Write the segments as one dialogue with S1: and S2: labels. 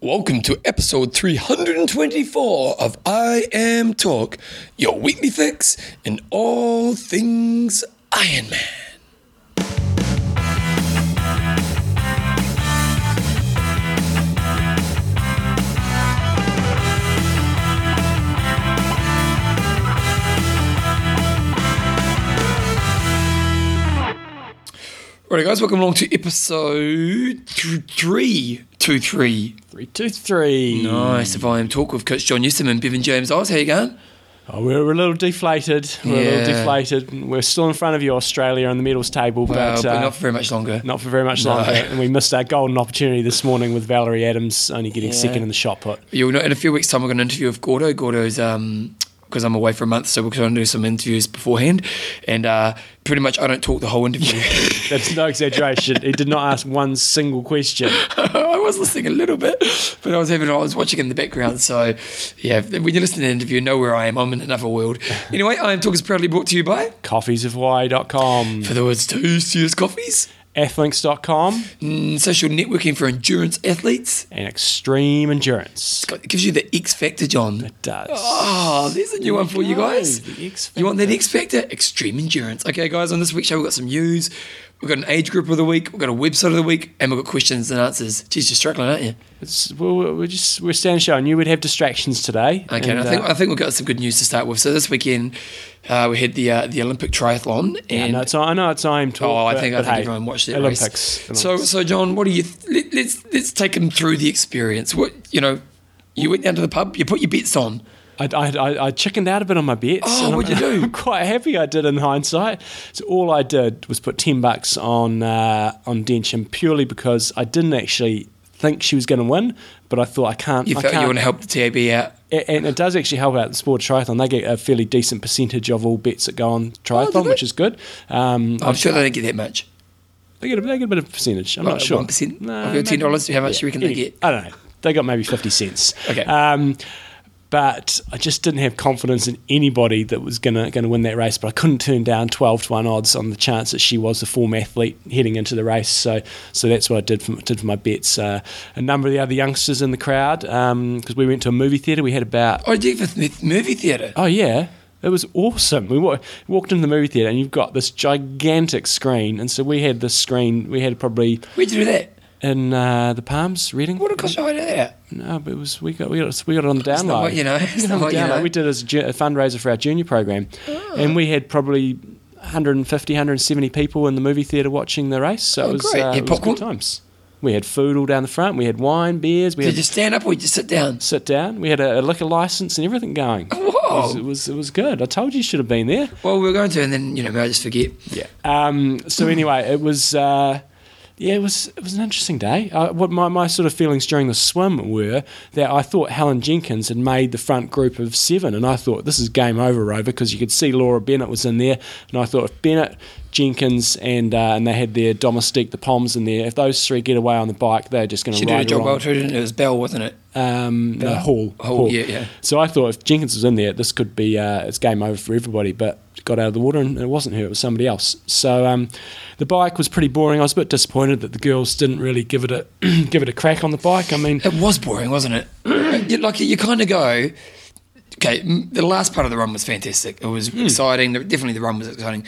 S1: Welcome to episode 324 of I Am Talk, your weekly fix in all things Iron Man. Right, guys, welcome along to episode th- three, two, three.
S2: Three, two, three.
S1: Nice of I Am Talk with Coach John Newsom and Bevan James Oz. How you going?
S2: Oh, we're we're a little deflated. We're a little
S1: Yeah.
S2: deflated. We're still in front of you, Australia, on the medals table,
S1: Well,
S2: but,
S1: but
S2: uh,
S1: not for very much longer.
S2: not for very much longer. And we missed our golden opportunity this morning with Valerie Adams only getting
S1: Yeah.
S2: second in the shot put.
S1: You'll know in a few weeks' time. We're going to interview with Gordo. Gordo's um because I'm away for a month, so we're going to do some interviews beforehand. And uh, pretty much, I don't talk the whole interview.
S2: That's no exaggeration. he did not ask one single question.
S1: I was listening a little bit, but I was having I was watching in the background. So yeah, when you listen to the interview, know where I am. I'm in another world. Anyway, I am talk is proudly brought to you by
S2: Coffeesofhawaii.com,
S1: for the words tastiest coffees,
S2: athlinks.com,
S1: mm, social networking for endurance athletes.
S2: and extreme endurance.
S1: God, It gives you the X factor, John.
S2: It does.
S1: Oh, there's a new one for you
S2: go,
S1: guys.
S2: the X
S1: You want that X Factor? Extreme endurance. Okay, guys, on this week's show, we've got some news. We've got an age group of the week. We've got a website of the week. And we've got questions and answers. Geez, you're struggling, aren't you?
S2: It's, we're, we're just we're standing show. I knew we'd have distractions today.
S1: Okay,
S2: and,
S1: and I think
S2: uh,
S1: I think we've got some good news to start with. So this weekend, uh, we had the uh, the Olympic triathlon,
S2: I
S1: and
S2: know it's I know it's time to.
S1: oh, I
S2: but-
S1: think I
S2: but
S1: think
S2: hey,
S1: everyone watched that
S2: Olympics.
S1: race.
S2: Olympics.
S1: So so John, what do you? Th- let, let's let's take them through the experience. What you know, you went down to the pub. You put your bets on.
S2: I, I, I, I chickened out a bit on my bets.
S1: Oh,
S2: and I'm-
S1: what'd you do?
S2: I'm quite happy I did in hindsight. So all I did was put ten bucks on uh, on Densham purely because I didn't actually think she was going to win, but I thought I can't.
S1: You
S2: I
S1: felt you
S2: can't-
S1: want to help the TAB out.
S2: a- and it does actually help out the sport of triathlon. They get a fairly decent percentage of all bets that go on triathlon,
S1: they?
S2: which is good. Um,
S1: I'm sure they don't get that much.
S2: They get a, they get a bit of percentage. I'm
S1: Like
S2: not sure.
S1: 1%
S2: No,
S1: of your
S2: maybe-
S1: $10, how much do you reckon they
S2: Anyway,
S1: get?
S2: I don't know. They got maybe 50 cents.
S1: Okay.
S2: Um, but I just didn't have confidence in anybody that was going to going to win that race. But I couldn't turn down 12 to 1 odds on the chance that she was the form athlete heading into the race. So so that's what I did for, did for my bets. Uh, a number of the other youngsters in the crowd, because we went to a movie theatre, we had about
S1: Oh, do you have a movie theatre?
S2: Oh yeah, it was awesome. We wa- walked into the movie theater and you've got this gigantic screen, and so we had this screen. We had probably
S1: Where'd you do that?
S2: in uh, the Palms, Reading.
S1: What a cost I do that?
S2: No, but it was we got we got it, we got it on the down
S1: not
S2: low.
S1: what you know. It's
S2: We got it
S1: not
S2: on the
S1: what you
S2: down low.
S1: know. Oh.
S2: We did it as a, ju- a fundraiser for our junior program, and we had probably. 150, 170 people in the movie theatre watching the race. So
S1: Oh,
S2: it was,
S1: great.
S2: uh,
S1: Had
S2: it was
S1: popcorn?
S2: good times. We had food all down the front. We had wine, beers. We
S1: Did
S2: had
S1: you stand up or did you sit down?
S2: sit down. We had a, a liquor license and everything going.
S1: Oh, Whoa.
S2: It was, it was it was good. I told you you should have been there.
S1: Well, we were going to, and then you know, I just forget.
S2: Yeah. Um, so anyway, it was uh, yeah, it was it was an interesting day. Uh, what my, my sort of feelings during the swim were that I thought Helen Jenkins had made the front group of seven, and I thought this is game over, Rover, because you could see Laura Bennett was in there, and I thought if Bennett, Jenkins, and uh, and they had their domestique, the Palms, in there, if those three get away on the bike, they're just going
S1: She
S2: to
S1: did
S2: ride
S1: a job
S2: her
S1: well
S2: on.
S1: too, didn't it? It was Bell, wasn't it?
S2: Um, no, Hall,
S1: Hall, yeah, yeah.
S2: So I thought if Jenkins was in there, this could be uh, it's game over for everybody. But it got out of the water and it wasn't her; it was somebody else. So um, the bike was pretty boring. I was a bit disappointed that the girls didn't really give it a give it a crack on the bike. I mean,
S1: It was boring, wasn't it? you, like you kind of go, okay. m- The last part of the run was fantastic. It was exciting. The- Definitely, the run was exciting,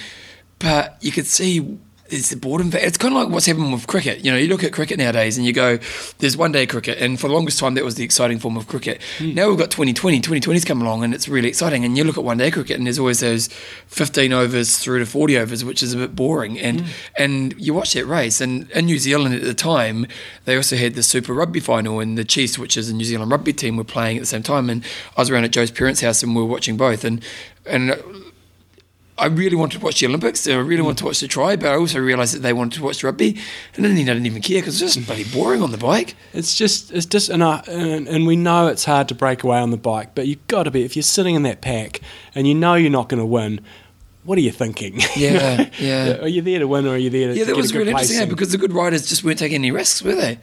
S1: but you could see. It's the boredom. fa- It's kind of like what's happened with cricket. You know, you look at cricket nowadays and you go, there's one day cricket. And for the longest time, that was the exciting form of cricket. Now we've got 2020. 2020's come along and it's really exciting. And you look at one day cricket and there's always those 15 overs through to 40 overs, which is a bit boring.
S2: Mm.
S1: And and you watch that race. And in New Zealand at the time, they also had the Super Rugby final and the Chiefs, which is a New Zealand rugby team, were playing at the same time. And I was around at Joe's parents' house and we were watching both. And and I really wanted to watch the Olympics. and I
S2: Mm.
S1: really wanted to watch the try, but I also realised that they wanted to watch rugby. And then I didn't even care because it
S2: Mm.
S1: was just bloody boring on the bike.
S2: It's just, it's just, and, I, and, and we know it's hard to break away on the bike, but you've got to be, if you're sitting in that pack and you know you're not going to win, what are you thinking?
S1: Yeah,
S2: You know?
S1: yeah.
S2: Are you there to win or are you there to
S1: Yeah, that
S2: get
S1: was
S2: a good
S1: really
S2: place?
S1: interesting eh,
S2: in?
S1: because the good riders just weren't taking any risks, were they?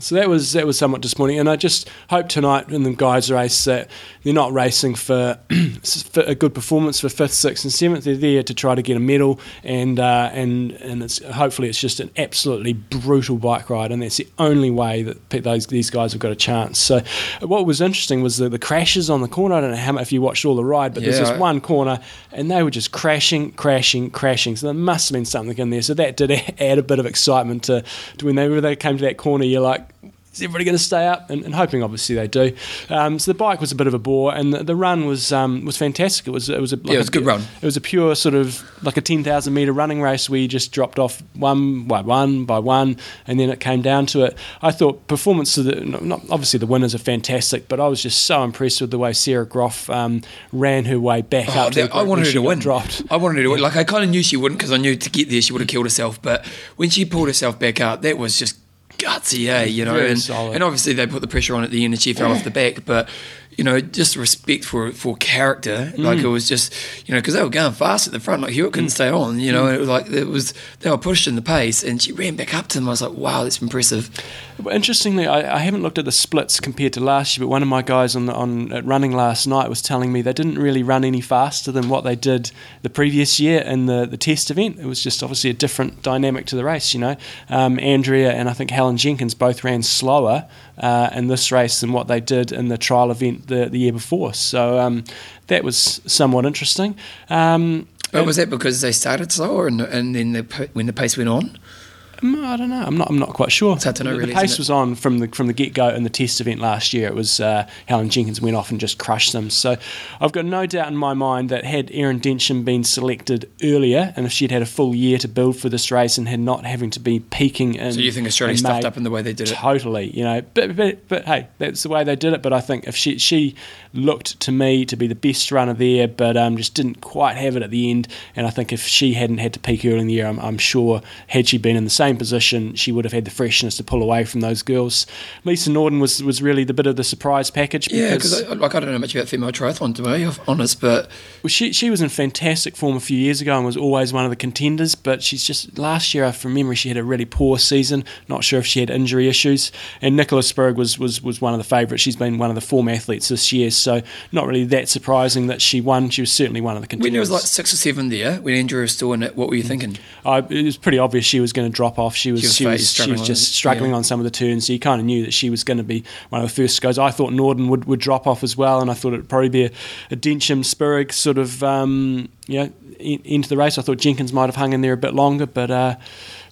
S2: So that was that was somewhat disappointing, and I just hope tonight in the guys' race that they're not racing for, for a good performance for fifth, sixth, and seventh. They're there to try to get a medal, and uh, and and it's hopefully it's just an absolutely brutal bike ride, and that's the only way that pe- those these guys have got a chance. So what was interesting was the, the crashes on the corner. I don't know how much if you watched all the ride, but there's
S1: Yeah,
S2: this
S1: I-
S2: one one corner and they were just crashing, crashing, crashing. So there must have been something in there. So that did add a bit of excitement to, to when they, when they came to that corner, you're like, is everybody going to stay up? And, and hoping, obviously, they do. Um, so the bike was a bit of a bore, and the, the run was um, was fantastic. It was it was a, like
S1: it was a good run.
S2: It was a pure sort of like a ten thousand meter running race where you just dropped off one by one by one, and then it came down to it. I thought performance of the not, not- obviously the winners are fantastic, but I was just so impressed with the way Sarah Groff um, ran her way back
S1: Oh,
S2: up. to
S1: that-
S2: the
S1: I
S2: point
S1: wanted
S2: where
S1: her
S2: she
S1: to
S2: got
S1: win.
S2: Dropped.
S1: I wanted her to win. Like I kind of knew she wouldn't because I knew to get there she would have killed herself. But when she pulled herself back up, that was just gutsy, eh? You know,
S2: Very
S1: and,
S2: solid.
S1: and obviously they put the pressure on at the end and she fell off the back. But you know, just respect for for character.
S2: Mm.
S1: Like it was just you know because they were going fast at the front. Like Hewitt couldn't stay on. You know,
S2: Mm.
S1: and it was like it was they were pushing the pace and she ran back up to them. I was like, wow, that's impressive.
S2: Well, Interestingly, I, I haven't looked at the splits compared to last year, but one of my guys on the, on at running last night was telling me they didn't really run any faster than what they did the previous year in the, the test event. It was just obviously a different dynamic to the race, you know. Um, Andrea and I think Helen Jenkins both ran slower uh, in this race than what they did in the trial event the, the year before. So um, that was somewhat interesting. Um,
S1: But was that because they started slower and and then the, p- when the pace went on?
S2: Mm, I don't know. I'm not. I'm not quite sure.
S1: hard to know
S2: the, the
S1: really, isn't
S2: pace
S1: it?
S2: was on from the from the get go in the test event last year. It was uh, Helen Jenkins went off and just crushed them. So I've got no doubt in my mind that had Erin Densham been selected earlier, and if she'd had a full year to build for this race and had not having to be peaking in,
S1: So you think Australia
S2: in
S1: stuffed
S2: May,
S1: up in the way they did it?
S2: Totally, you know, but, but but hey, that's the way they did it. But I think if she she looked to me to be the best runner there, but um, just didn't quite have it at the end. And I think if she hadn't had to peak early in the year, I'm, I'm sure had she been in the same position, she would have had the freshness to pull away from those girls. Lisa Norden was was really the bit of the surprise package.
S1: Yeah,
S2: because
S1: because like I don't know much about female triathlon to be honest, but
S2: Well, she she was in fantastic form a few years ago and was always one of the contenders. But she's just last year, from memory, she had a really poor season. Not sure if she had injury issues. And Nicola Spurg was was was one of the favourites. She's been one of the form athletes this year, so not really that surprising that she won. She was certainly one of the
S1: when
S2: contenders.
S1: there was like six or seven there, when Andrew was still in it, what were you thinking?
S2: I, it was pretty obvious she was going to drop off. She was she
S1: was
S2: was,
S1: fa-
S2: she
S1: struggling
S2: was,
S1: on it,
S2: just struggling
S1: yeah.
S2: on some of the turns, so you kind of knew that she was going to be one of the first goes. I thought Norden would, would drop off as well, and I thought it'd probably be a, a Densham Spurrig sort of um, you know in, into the race. I thought Jenkins might have hung in there a bit longer, but. Uh,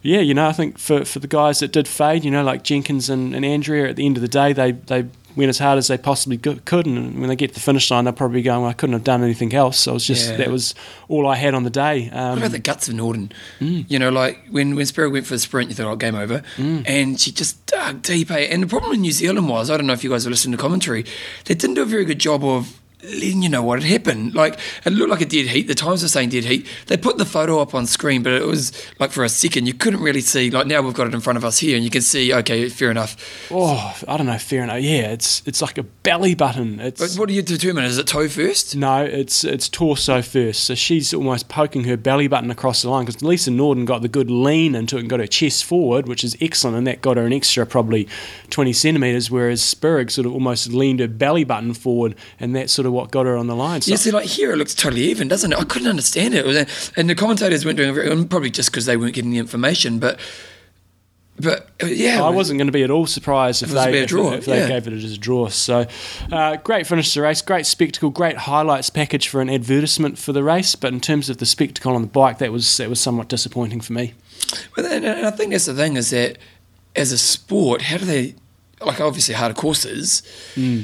S2: yeah, you know, I think for, for the guys that did fade, you know, like Jenkins and, and Andrea, at the end of the day, they, they went as hard as they possibly go- could. And when they get to the finish line, they're probably going, well, I couldn't have done anything else. So it was just,
S1: Yeah.
S2: that was all I had on the day. Um,
S1: What about the guts of Norden? You know, like when when Sparrow went for the sprint, you thought, "Oh, game over," and she just dug deep. Eh? And the problem in New Zealand was, I don't know if you guys were listening to commentary, they didn't do a very good job of letting you know what had happened. Like it looked like a dead heat. The Times were saying dead heat. They put the photo up on screen, but it was like for a second you couldn't really see. Like now we've got it in front of us here, and you can see. Okay, fair enough.
S2: Oh, I don't know. Fair enough. Yeah, it's it's like a belly button.
S1: But
S2: It's
S1: what do you determine? Is it toe first?
S2: no, it's it's torso first. So she's almost poking her belly button across the line because Lisa Norden got the good lean into it and got her chest forward, which is excellent, and that got her an extra probably twenty centimeters. Whereas Spurrig sort of almost leaned her belly button forward, and that's sort of what got her on the line. So
S1: Yeah, see, like here it looks totally even, doesn't it? I couldn't understand it. It was- and the commentators weren't doing it very, and probably just because they weren't getting the information. But, but uh, yeah,
S2: I wasn't going to be at all surprised if
S1: It was a
S2: they,
S1: bit
S2: if,
S1: draw,
S2: if they
S1: yeah.
S2: gave it as a draw. So, uh, great finish to the race, great spectacle, great highlights package for an advertisement for the race. But in terms of the spectacle on the bike, that was that was somewhat disappointing for me.
S1: But then, and I think that's the thing is that as a sport, how do they like obviously harder courses,
S2: Hmm.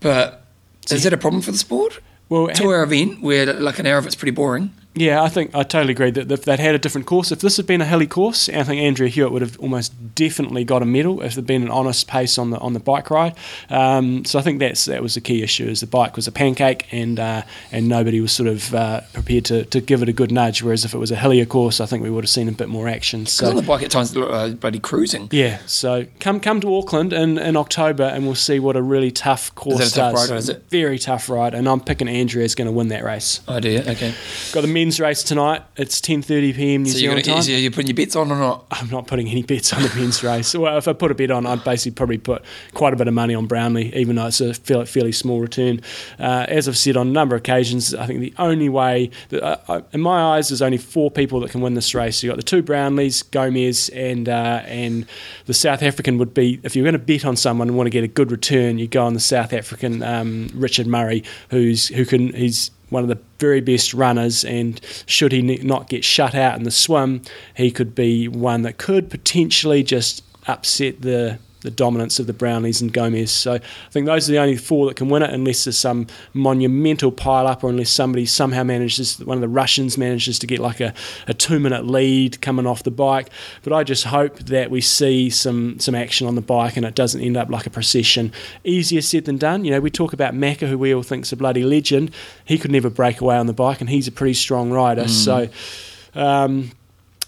S1: but is that a problem for the sport?
S2: Well,
S1: Two hour event where like an hour of it's pretty boring.
S2: Yeah, I think I totally agree that if they'd had a different course, if this had been a hilly course, I think Andrea Hewitt would have almost definitely got a medal if there'd been an honest pace on the on the bike ride. Um, so I think that's that was the key issue is the bike was a pancake and uh, and nobody was sort of uh, prepared to, to give it a good nudge. Whereas if it was a hillier course, I think we would have seen a bit more action.
S1: Because on
S2: So
S1: the bike at times it looked like bloody cruising.
S2: yeah, so come come to Auckland in, in October and we'll see what a really tough course
S1: tough
S2: does.
S1: ride or is it-
S2: Very tough ride, and I'm picking Andrea's going to win that race.
S1: Oh dear. Okay.
S2: Got the men's race tonight. It's 10:30 p.m. New
S1: So you're,
S2: Zealand
S1: gonna,
S2: time.
S1: so you're putting your bets on or not?
S2: I'm not putting any bets on the men's race. Well, if I put a bet on, I'd basically probably put quite a bit of money on Brownlee, even though it's a fairly, fairly small return. Uh, as I've said on a number of occasions, I think the only way, that, uh, uh, in my eyes, there's only four people that can win this race. You've got the two Brownleys, Gomez, and uh, and the South African would be, if you're going to bet on someone and want to get a good return, you go on the South African um, Richard Murray, who's who can, he's one of the very best runners, and should he ne- not get shut out in the swim, he could be one that could potentially just upset the the dominance of the Brownleys and Gomez. So I think those are the only four that can win it, unless there's some monumental pile up, or unless somebody somehow manages one of the Russians manages to get like a, a two minute lead coming off the bike. But I just hope that we see some some action on the bike and it doesn't end up like a procession. Easier said than done. You know, we talk about Macca, who we all think's a bloody legend. He could never break away on the bike, and he's a pretty strong rider. So. Um,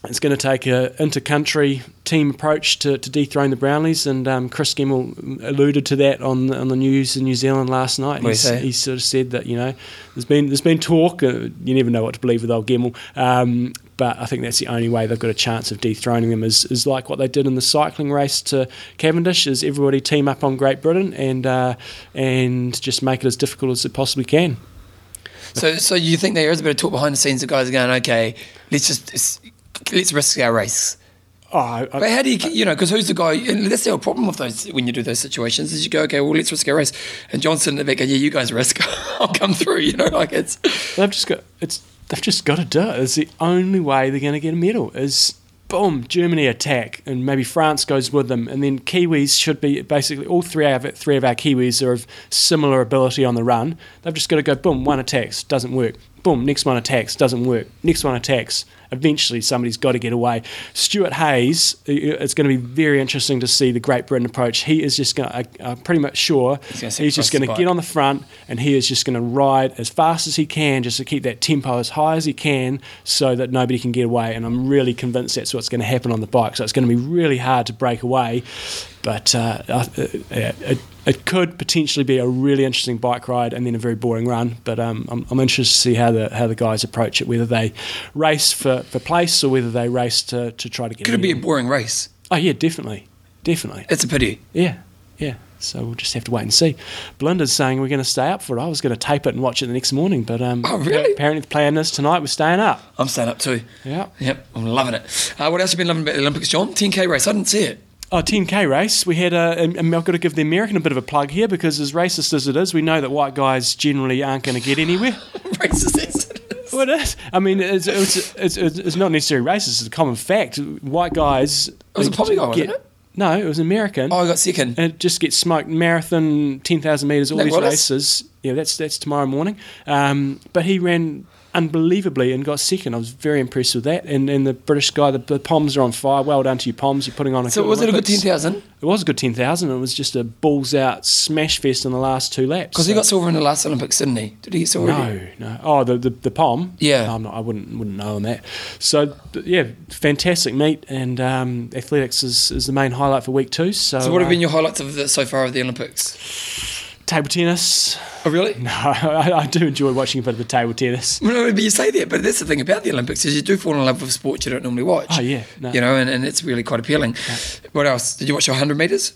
S2: it's going to take a inter-country team approach to, to dethrone the Brownleys, and um, Chris Gemmell alluded to that on the, on the news in New Zealand last
S1: What'd
S2: night.
S1: he
S2: He's-
S1: say?
S2: he sort of said that you know there's been there's been talk. Uh, you never know what to believe with old Gemmell, um, but I think that's the only way they've got a chance of dethroning them is, is like what they did in the cycling race to Cavendish. Is everybody team up on Great Britain and uh, and just make it as difficult as it possibly can.
S1: So, so you think there is a bit of talk behind the scenes that guys are going, okay, let's just let's risk our race.
S2: Oh, I, I-
S1: But how do you, you know, because who's the guy? And that's the whole problem with those when you do those situations is you go, okay, well, let's risk our race. And Johnson in the back, go, yeah, you guys risk. I'll come through. You know, like it's
S2: They've just got it's they've just got to do it. It's the only way they're going to get a medal is boom Germany attack and maybe France goes with them and then Kiwis should be basically all three of it, three of our Kiwis are of similar ability on the run. They've just got to go boom one attacks doesn't work. Boom next one attacks doesn't work. Next one attacks. Eventually somebody's got to get away. Stuart Hayes, i- i- it's going to be very interesting to see the Great Britain approach. He is just going to, I'm pretty much sure,
S1: gonna
S2: he's,
S1: sit
S2: just
S1: across
S2: going
S1: the
S2: to
S1: bike.
S2: get on on the front and he is just going to ride as fast as he can just to keep that tempo as high as he can so that nobody can get away and i'm really convinced that's what's going to happen on the bike so it's going to be really hard to break away but uh, I- it, it, it could potentially be a really interesting bike ride and then a very boring run but um, I'm, I'm interested to see how the how the guys approach it whether they race for, for place or whether they race to, to try to get
S1: going to be a
S2: in.
S1: boring race.
S2: oh yeah definitely definitely
S1: It's a pity.
S2: yeah, yeah. So we'll just have to wait and see. Belinda's saying we're going to stay up for it. I was going to tape it and watch it the next morning, but um,
S1: Oh, really?
S2: apparently the plan is tonight we're staying up.
S1: I'm staying up too.
S2: Yeah.
S1: Yep, I'm loving it. Uh, what else have you been loving about the Olympics, John? 10k race. I didn't see it.
S2: Oh, 10K race. We had a, and and I've got to give the American a bit of a plug here because, as racist as it is, we know that white guys generally aren't going to get anywhere.
S1: Racist incidents.
S2: Well, it is. I mean, it's, it's, it's, it's it's not necessarily racist, it's a common fact. White guys. It
S1: was a poppy guy, wasn't it?
S2: No, it was American.
S1: Oh, I got second.
S2: and it just gets smoked. Marathon, ten thousand meters, all
S1: Nick
S2: these
S1: Wallace?
S2: races. Yeah, that's that's tomorrow morning. Um, but he ran unbelievably and got second. I was very impressed with that. And and the British guy, the, the Poms are on fire. Well done to you, Poms. You're putting on a
S1: So
S2: good
S1: was it a good
S2: Olympics.
S1: 10,000?
S2: It was a good ten thousand. It was just a balls out smash fest in the last two laps.
S1: Because he
S2: So-
S1: got silver in the last Olympics, didn't he? Did he get silver? again?
S2: no, no. Oh, the the, the pom.
S1: Yeah.
S2: No, I'm not, I wouldn't wouldn't know on that. So th- yeah, fantastic meet and um, athletics is, is the main highlight for week two. So,
S1: So what have
S2: uh,
S1: been your highlights of the, so far of the Olympics?
S2: table tennis?
S1: Oh, really?
S2: No, I, I do enjoy watching a bit of the table tennis.
S1: Well, No, but you say that, but that's the thing about the Olympics is you do fall in love with sports you don't normally watch.
S2: Oh, yeah, no.
S1: You know, and, and it's really quite appealing. What else? Did you watch your 100 metres?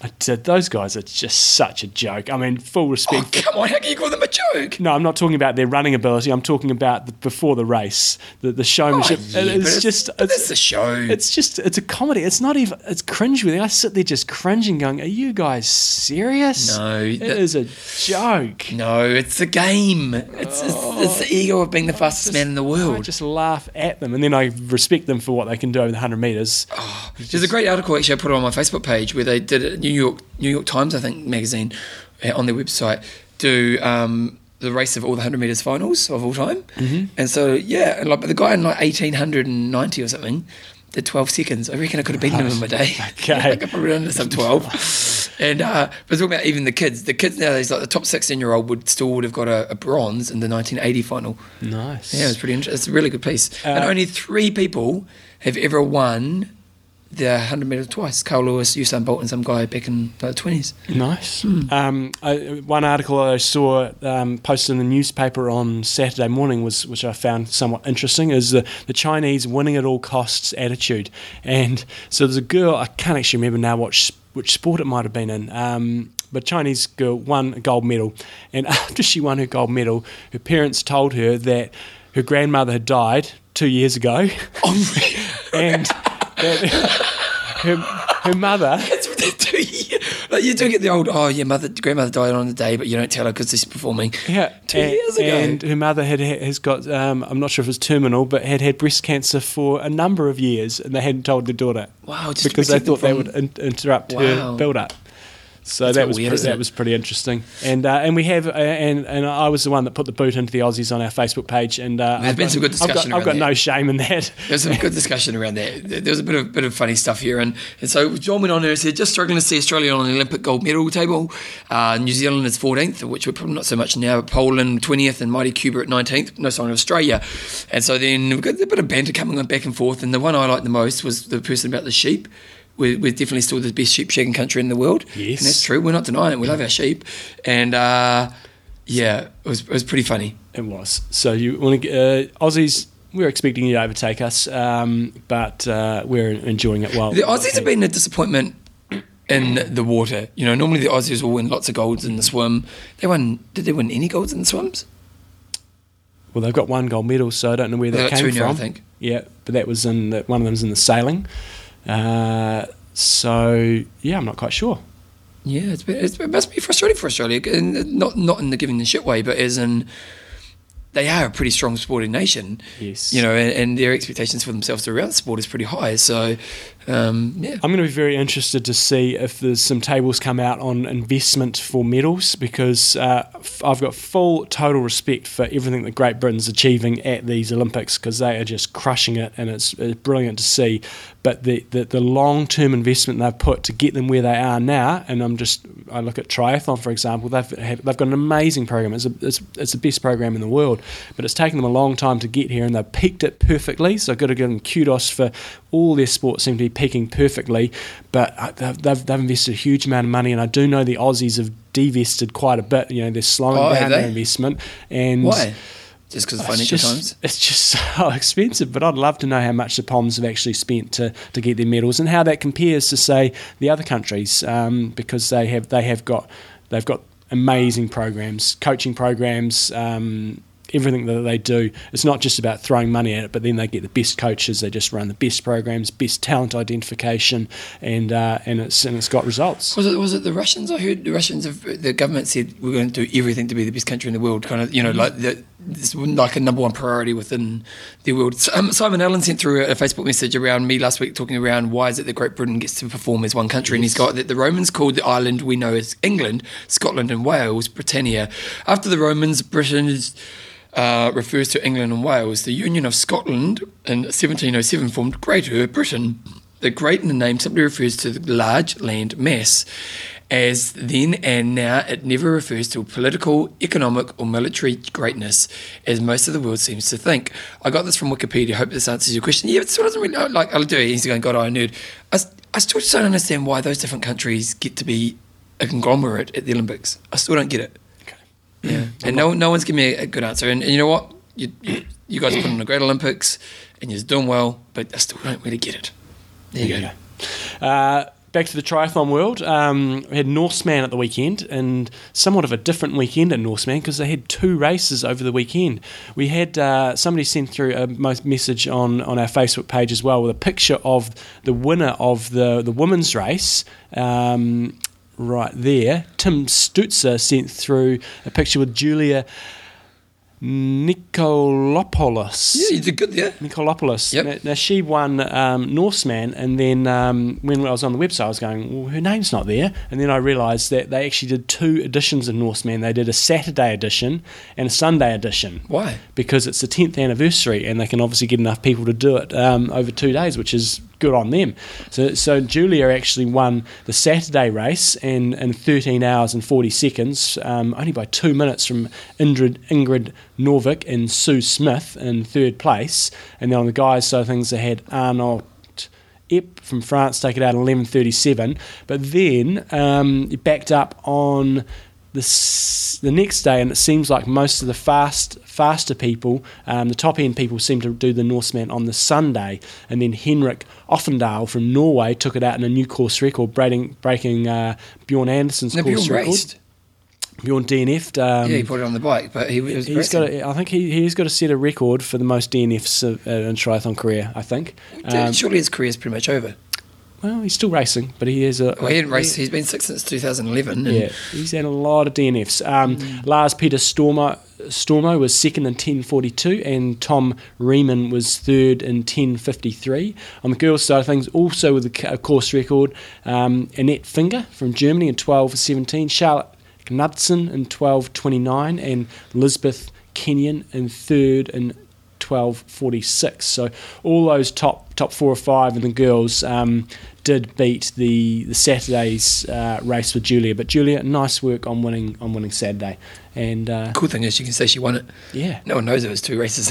S2: I did- Those guys are just such a joke. I mean, full
S1: Oh,
S2: respect.
S1: come on, how can you call them a joke?
S2: No, I'm not talking about their running ability. I'm talking about the, before the race, the, the
S1: Oh,
S2: showmanship.
S1: yeah, but
S2: it's just,
S1: but
S2: it's,
S1: that's the show.
S2: it's just, it's a comedy. It's not even, it's cringeworthy. I sit there just cringing, going, "Are you guys serious?
S1: No,
S2: it
S1: that-
S2: is a joke."
S1: no, it's a game. It's, it's, it's
S2: Oh.
S1: the ego of being the fastest man in the
S2: I
S1: world.
S2: just laugh at them, and then I respect them for what they can do over the hundred meters.
S1: Oh, There's a great article actually I put on my Facebook page where they did it, New York New York Times I think magazine uh, on their website do um, the race of all the hundred meters finals of all time, mm-hmm. and so yeah, and like but the guy in like eighteen hundred and ninety or something did twelve seconds. I reckon I could have beaten him in my day.
S2: Okay.
S1: I could probably done this up twelve. And uh, but talking about even the kids, the kids nowadays like the top sixteen year old would still would have got a, a bronze in the nineteen eighty final.
S2: Nice.
S1: Uh, Yeah, it's pretty interesting. It's a really good piece. and only three people have ever won the 100 metres twice. Carl Lewis, Usain Bolt, and some guy back in the 20s.
S2: Nice. Um, I, one article I saw um, posted in the newspaper on Saturday morning was, which I found somewhat interesting, is the, the Chinese winning at all costs attitude. And so there's a girl I can't actually remember now what sh- which sport it might have been in. Um, but Chinese girl won a gold medal, and after she won her gold medal, her parents told her that her grandmother had died two years ago, and that her, her mother.
S1: That's what they do. Yeah. Like you do get the old, oh, your mother, grandmother died on the day, but you don't tell her because she's performing.
S2: Yeah,
S1: Two
S2: and,
S1: years ago.
S2: And her mother had has got um, I'm not sure if it's terminal, but had had breast cancer for a number of years, and they hadn't told their daughter.
S1: Wow, just to
S2: because they
S1: protect them
S2: thought they
S1: from-
S2: would in- interrupt
S1: Wow.
S2: her build up. So
S1: That's a
S2: that
S1: bit
S2: was
S1: weird,
S2: pre-
S1: isn't
S2: that
S1: it?
S2: was pretty interesting, and uh, and we have uh, and and I was the one that put the boot into the Aussies on our Facebook page, and uh,
S1: There's
S2: I've
S1: been
S2: got-
S1: some good discussion
S2: I've got, I've got
S1: around
S2: no
S1: that.
S2: shame in that.
S1: There's some good discussion around that. There was a bit of bit of funny stuff here, and, and so John went on there and said, just struggling to see Australia on the Olympic gold medal table. Uh, New Zealand is 14th, which we're probably not so much now. But Poland 20th, and mighty Cuba at 19th. No sign of Australia. And so then we've got a bit of banter coming on back and forth. And the one I liked the most was the person about the sheep. We're, we're definitely still the best sheep shagging country in the world.
S2: Yes.
S1: and that's true. We're not denying it. We love our sheep, and uh, yeah, it was it was pretty funny.
S2: It was. So you want to uh, Aussies? We were expecting you to overtake us, um, but uh, we're enjoying it well.
S1: The Aussies have been a disappointment in the water. You know, normally the Aussies will win lots of golds in the swim. They won. Did they win any golds in the swims?
S2: Well, they've got one gold medal, so I don't know where
S1: They
S2: that
S1: got
S2: came
S1: two now,
S2: from.
S1: I think.
S2: Yeah, but that was in the, one of them's in the sailing. Uh, so yeah, I'm not quite sure.
S1: Yeah, it's been, it's, it must be frustrating for Australia, and not not in the giving the shit way, but as in they are a pretty strong sporting nation.
S2: Yes.
S1: You know, and, and their expectations for themselves around the sport is pretty high. So, um, yeah.
S2: I'm going to be very interested to see if there's some tables come out on investment for medals because uh, f- I've got full total respect for everything that Great Britain's achieving at these Olympics because they are just crushing it and it's, it's brilliant to see. But the, the, the long term investment they've put to get them where they are now, and I'm just I look at triathlon for example, they've have, they've got an amazing program. It's, a, it's it's the best program in the world, but it's taken them a long time to get here, and they've peaked it perfectly. So I've got to give them kudos for all their sports seem to be peaking perfectly. But uh, they've, they've, they've invested a huge amount of money, and I do know the Aussies have divested quite a bit. You know they're slowing
S1: Oh, have
S2: down their
S1: they?
S2: investment, and
S1: Why? Just because of
S2: it's
S1: financial
S2: just,
S1: times?
S2: It's just so expensive, but I'd love to know how much the Poms have actually spent to, to get their medals and how that compares to say the other countries, um, because they have they have got they've got amazing programs, coaching programs. Um, Everything that they do, it's not just about throwing money at it, but then they get the best coaches. They just run the best programs, best talent identification, and uh, and it's and it's got results.
S1: Was it was it the Russians? I heard the Russians have the government said we're going to do everything to be the best country in the world. Kind of you know like the, this wasn't like a number one priority within the world. S- Um, Simon Allen sent through a, a Facebook message around me last week talking around why is it that Great Britain gets to perform as one country, and he's got that the Romans called the island we know as England, Scotland, and Wales Britannia. After the Romans, Britain is uh, refers to England and Wales. The Union of Scotland in 1707 formed Greater Britain. The great in the name simply refers to the large land mass. As then and now, it never refers to political, economic, or military greatness, as most of the world seems to think. I got this from Wikipedia. Hope this answers your question. Yeah, it still doesn't really like. I'll do it. He's going, God, I nerd. I, s- I still just don't understand why those different countries get to be a conglomerate at the Olympics. I still don't get it. Yeah, and no, no one's giving me a good answer. And, and you know what? You, you, you guys put on a great Olympics, and you're doing well, but I still don't really get it. There you go.
S2: Uh, back to the triathlon world. Um, we had Norseman at the weekend, and somewhat of a different weekend at Norseman because they had two races over the weekend. We had uh, somebody sent through a mo- message on, on our Facebook page as well with a picture of the winner of the, the women's race. Um, Right there, Tim Stutzer sent through a picture with Julia Nicolopoulos.
S1: Yeah, you did good there.
S2: Nicolopoulos.
S1: Yep.
S2: Now, now she won um, Norseman, and then um, when I was on the website, I was going, "Well, her name's not there." And then I realised that they actually did two editions of Norseman. They did a Saturday edition and a Sunday edition.
S1: Why?
S2: Because it's the tenth anniversary, and they can obviously get enough people to do it um, over two days, which is good on them. So, so Julia actually won the Saturday race in, in 13 hours and 40 seconds, um, only by two minutes from Ingrid, Ingrid Norvik and Sue Smith in third place. And then on the guys' side of things, they had Arnold Epp from France take it out at 11.37. But then um, it backed up on the, s- the next day, and it seems like most of the fast faster people, um, the top end people, seem to do the Norseman on the Sunday. And then Henrik Offendal from Norway took it out in a new course record, breaking, breaking uh, Bjorn Anderson's
S1: Now,
S2: course
S1: Bjorn
S2: record.
S1: raced.
S2: Bjorn DNF'd. Um,
S1: yeah, he put it on the bike, but he was.
S2: He's got. A, I think he he's got to set a record for the most DNFs of- uh, in triathlon career. I think. Um,
S1: Surely his career's pretty much over.
S2: well, he's still racing, but he is a.
S1: Well, Oh, he didn't race. He's been sick since 2011. and- Mm.
S2: Yeah, he's had a lot of DNFs. Um, Lars Peter Stormo, Stormo was second in 10:42, and Tom Riemann was third in 10:53. On the girls' side of things, also with a c- a course record, um, Annette Finger from Germany in 12:17, Charlotte Knudsen in 12:29, and Lisbeth Kenyon in third in 12:46. So all those top top four or five and the girls um, did beat the the Saturday's uh, race with Julia. But Julia, nice work on winning on winning Saturday, and uh,
S1: Cool thing is, you can say she won it.
S2: yeah,
S1: No one knows it was two races.